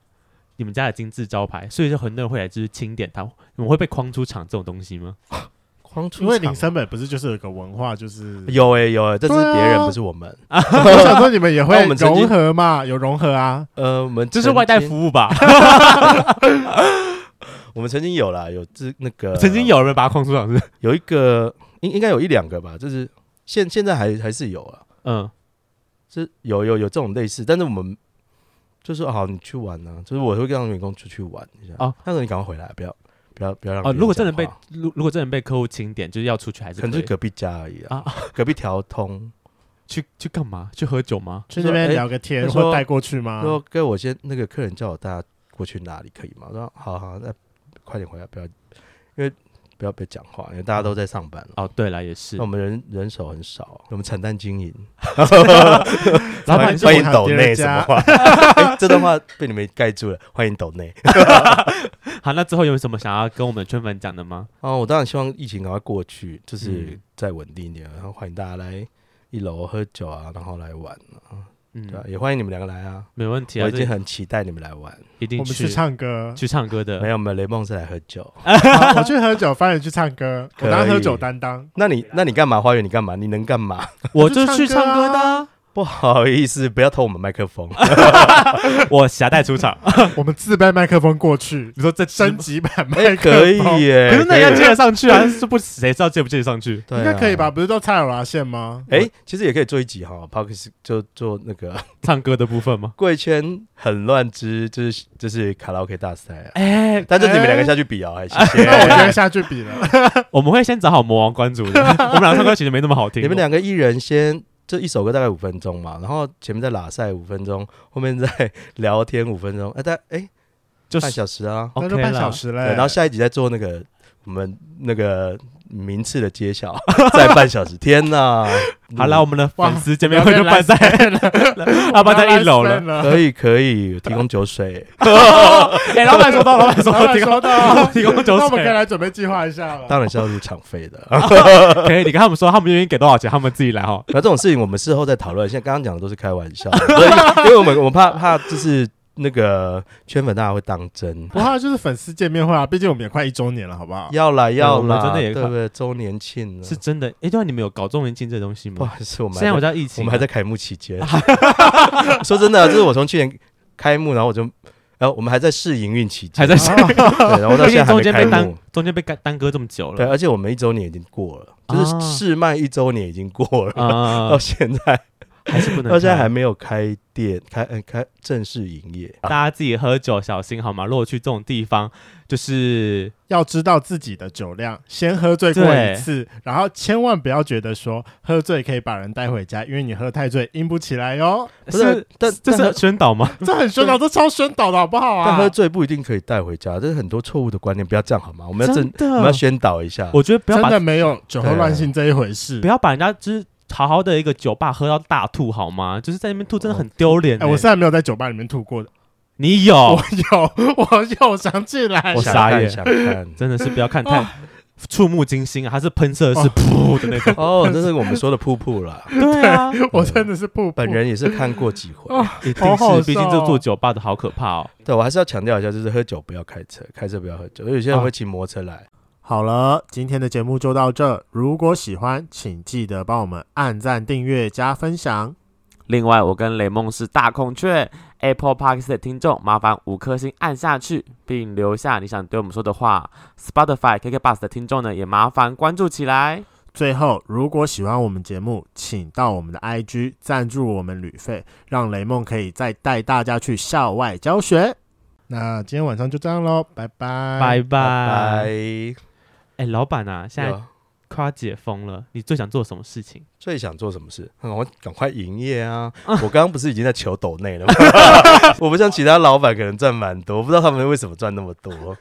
Speaker 2: 你们家的金字招牌，所以就很多人会来就是清点他，你们会被框出场这种东西吗？
Speaker 3: 框出
Speaker 1: 因为
Speaker 3: 场
Speaker 1: 林森北不是就是有个文化， 就是
Speaker 3: 有哎有哎，这
Speaker 1: 对
Speaker 3: 是
Speaker 1: 啊
Speaker 3: 别人不是我们。
Speaker 1: 我想说你们也
Speaker 3: 那
Speaker 1: 会
Speaker 3: 我们曾经
Speaker 1: 融合嘛，有融合啊。
Speaker 3: 呃，我们
Speaker 2: 这是
Speaker 3: 曾
Speaker 2: 外带
Speaker 3: 经，
Speaker 2: 服务 吧？
Speaker 3: 啊我们曾经有啦，有这那个
Speaker 2: 曾经有人把他框出场是不是？
Speaker 3: 有一个应应该有一两个吧，就是现现在还还是有啊。
Speaker 2: 嗯，
Speaker 3: 是有有有这种类似，但是我们就是哦好，你去玩呢、就是我会让员工出去玩一下。
Speaker 2: 哦
Speaker 3: 哦，那时候你赶快回来，不要不要不要让别
Speaker 2: 哦，
Speaker 3: 人
Speaker 2: 如果真的
Speaker 3: 讲
Speaker 2: 被
Speaker 3: 话
Speaker 2: 如如果真的被客户清点，就是要出去还是
Speaker 3: 可能
Speaker 2: 可
Speaker 3: 就
Speaker 2: 以
Speaker 3: 是隔壁家而已啊，
Speaker 2: 啊？
Speaker 3: 隔壁调 通。
Speaker 2: 去去干嘛？去喝酒吗？
Speaker 1: 去那边聊个
Speaker 3: 他
Speaker 1: 天，
Speaker 3: 说
Speaker 1: 或带过去
Speaker 2: 啊
Speaker 1: 吗？
Speaker 3: 说哥，我先那个客人叫我大家过去哪里可以吗？我说好好，那快点回来，不要因为不要被讲话，因为大家都在上班了。
Speaker 2: 哦，对了，也是
Speaker 3: 那我。们人人手很少，我们承担经 营，
Speaker 2: 老板
Speaker 1: 是
Speaker 3: 欢迎
Speaker 1: 我喊
Speaker 3: 抖
Speaker 1: 别
Speaker 3: 内
Speaker 1: 人
Speaker 3: 什么
Speaker 1: 家
Speaker 3: 话？哎这段话被你们盖住了，欢迎抖内。
Speaker 2: 好，那之后有什么想要跟我们圈粉讲的吗？
Speaker 3: 哦，我当然希望疫情赶快过去，就是
Speaker 2: 嗯
Speaker 3: 再稳定一点，然后欢迎大家来一楼喝酒啊，然后来玩，
Speaker 2: 嗯
Speaker 3: 对、，吧？也欢迎你们两个来啊，
Speaker 2: 没问题啊，
Speaker 3: 我已
Speaker 2: 这
Speaker 3: 经很期待你们来玩。
Speaker 2: 一
Speaker 1: 我
Speaker 2: 定
Speaker 1: 们去
Speaker 2: 去
Speaker 1: 唱歌，
Speaker 2: 去唱歌
Speaker 3: 没
Speaker 2: 的。
Speaker 3: 有没有，雷梦是来喝酒。
Speaker 1: 啊 我去喝酒，翻人去唱歌，我当
Speaker 3: 可以
Speaker 1: 喝酒担当。
Speaker 3: 那你那你干嘛？花园你干嘛？你能干 嘛？
Speaker 2: 我
Speaker 1: 就
Speaker 2: 就去
Speaker 1: 唱
Speaker 2: 唱
Speaker 1: 歌啊
Speaker 2: 歌的啊，
Speaker 3: 不好意思，不要偷我们麦克 风。
Speaker 2: 我携带出 场。
Speaker 1: 我们自备麦克风过去，
Speaker 2: 你说这
Speaker 1: 升级版麦
Speaker 3: 哎，
Speaker 1: 克
Speaker 3: 可以
Speaker 1: 风，
Speaker 3: 耶，
Speaker 2: 可是那
Speaker 3: 以
Speaker 2: 要接得上去啊，是不谁知道接不接得上去？
Speaker 3: 对啊
Speaker 1: 应该可以吧？？不是都蔡有拉线 吗？
Speaker 3: 哎，其实也可以做一集哈 p o c k s 就做那个
Speaker 2: 唱歌的部分吗？
Speaker 3: 贵圈很乱之，就是就是卡拉 OK 大赛啊。
Speaker 2: 哎、
Speaker 3: 但是你们两个下去比啊，还谢谢。
Speaker 1: 那我觉得下去比 了，
Speaker 2: 哎我们会先找好魔王关主的，我们俩唱歌其实没那么好听。
Speaker 3: 你们两个一人先这一首歌大概五分钟嘛，然后前面再拉赛五分钟，后面再聊天五分钟，哎、大哎、
Speaker 2: 就
Speaker 3: 半
Speaker 2: 是哎
Speaker 3: 小时啊，
Speaker 1: 那
Speaker 2: OK
Speaker 1: 就半小
Speaker 2: 了。
Speaker 1: 时
Speaker 3: 对，
Speaker 1: 嘞。
Speaker 3: 然 后下一集再做那个我们那个名次的揭晓， 再半小时，天哪！嗯
Speaker 2: 好了，我们的粉丝见面
Speaker 1: 哇
Speaker 2: 会就办在， 啊，办在一楼了。
Speaker 1: 了。
Speaker 3: 可以可以提供酒 水，
Speaker 2: 哎、老板收到，老板收
Speaker 1: 老
Speaker 2: 到，
Speaker 1: 板
Speaker 2: 提
Speaker 3: 啊
Speaker 2: 供
Speaker 1: 收到
Speaker 2: 提供酒
Speaker 1: 那我们可以
Speaker 2: 水。
Speaker 1: 来准备计划一下了。
Speaker 3: 当然是要入场费的。
Speaker 2: 可以，你跟他们说，他们愿意给多少钱，他们自己来哈。
Speaker 3: 那这种事情我们事后再讨论，现在刚刚讲的都是开玩笑，所以因为我们我们怕怕就是那个圈粉大家会当真。
Speaker 1: 不怕就是粉丝见面会啊，毕竟我们也快一周年了，好不好？
Speaker 3: 要啦要
Speaker 2: 啊我们
Speaker 3: 啦，
Speaker 2: 真的也
Speaker 3: 对不对？周年庆了
Speaker 2: 是真的，哎、对啊，你们有搞中年庆这东西
Speaker 3: 不
Speaker 2: 吗？
Speaker 3: 好意嗯思，我们
Speaker 2: 现在我知道疫情，啊
Speaker 3: 啊我们还在开幕期间。说真的，就是我从去年开幕，然后我就，哎、然后我们还在试营运期间，
Speaker 2: 还在想，
Speaker 3: 对， 然后到
Speaker 2: 毕
Speaker 3: 现在
Speaker 2: 竟
Speaker 3: 还
Speaker 2: 中
Speaker 3: 没
Speaker 2: 间
Speaker 3: 开
Speaker 2: 被
Speaker 3: 幕
Speaker 2: 耽。中间被干耽搁这么久
Speaker 3: 对，
Speaker 2: 了，
Speaker 3: 而且我们一周年已经过了，
Speaker 2: 啊
Speaker 3: 就是试卖一周年已经过了，
Speaker 2: 啊
Speaker 3: 到，现在
Speaker 2: 还是不能开。
Speaker 3: 到现在还没有开店，开呃开正式营业。
Speaker 2: 大家自己喝酒小心好吗？如果去这种地方，就是
Speaker 1: 要知道自己的酒量，先喝醉过一次，然后千万不要觉得说喝醉可以把人带回家，因为你喝太醉硬不起来哟。
Speaker 3: 不是但
Speaker 2: 这
Speaker 3: 但
Speaker 2: 是宣导吗？
Speaker 1: 这很宣导，这超宣导的好不好
Speaker 3: 但
Speaker 1: 啊？
Speaker 3: 喝醉不一定可以带回家，这是很多错误的观念，不要这样好吗？我们要正，
Speaker 2: 真
Speaker 3: 我们要
Speaker 2: 的，
Speaker 3: 宣导一下。
Speaker 2: 我觉得不要
Speaker 1: 真
Speaker 2: 把
Speaker 1: 的没有酒后乱性这一回事
Speaker 2: 不。要把人家就是好好的一个酒吧喝到大吐好吗？就是在那边吐真的很丢脸欸。
Speaker 1: 哎，我现在没有在酒吧里面吐过的，
Speaker 2: 你
Speaker 1: 我
Speaker 2: 有，
Speaker 1: 有，我有，我想起来了，
Speaker 2: 哦
Speaker 3: 我
Speaker 2: 想
Speaker 3: 想
Speaker 2: 傻眼。
Speaker 3: 看想看
Speaker 2: 真的是不 要看太触目惊心啊！它是喷射是
Speaker 1: 哦
Speaker 2: 噗的那种。
Speaker 3: 哦，这是我们说的瀑布啦，
Speaker 2: 对啊，
Speaker 1: 我真的是不
Speaker 3: 本人也是
Speaker 2: 哦
Speaker 3: 看过几回。
Speaker 1: 好
Speaker 2: 一定
Speaker 1: 好
Speaker 2: 是，毕竟
Speaker 1: 笑
Speaker 2: 这
Speaker 1: 哦
Speaker 2: 做酒吧的好可怕哦。
Speaker 3: 对，我还是要强调一下，就是喝酒不要开车，开车不要喝酒。因为有些人
Speaker 2: 哦
Speaker 3: 会骑摩托车来，
Speaker 1: 好了，今天的节目就到这。如果喜欢，请记得帮我们按赞、订阅、加分享。
Speaker 4: 另外，我跟雷梦是大孔雀 Apple Park 的听众，麻烦五颗星按下去，并留下你想对我们说的话。Spotify KK Bus 的听众呢，也麻烦关注起来。
Speaker 1: 最后，如果喜欢我们节目，请到我们的 IG 赞助我们旅费，让雷梦可以再带大家去校外教学。那今天晚上就这样喽，拜拜，
Speaker 2: 拜
Speaker 3: 拜。
Speaker 2: 拜。哎，老板啊，现
Speaker 3: 对
Speaker 2: 在
Speaker 3: 啊
Speaker 2: 快要解封了，你最想做什么事情？
Speaker 3: 最想做什么事？嗯我赶快营业啊！
Speaker 2: 哦
Speaker 3: 我刚刚不是已经在 求抖内了吗？我不像其他老板可能赚蛮多，不知道他们为什么赚那么多。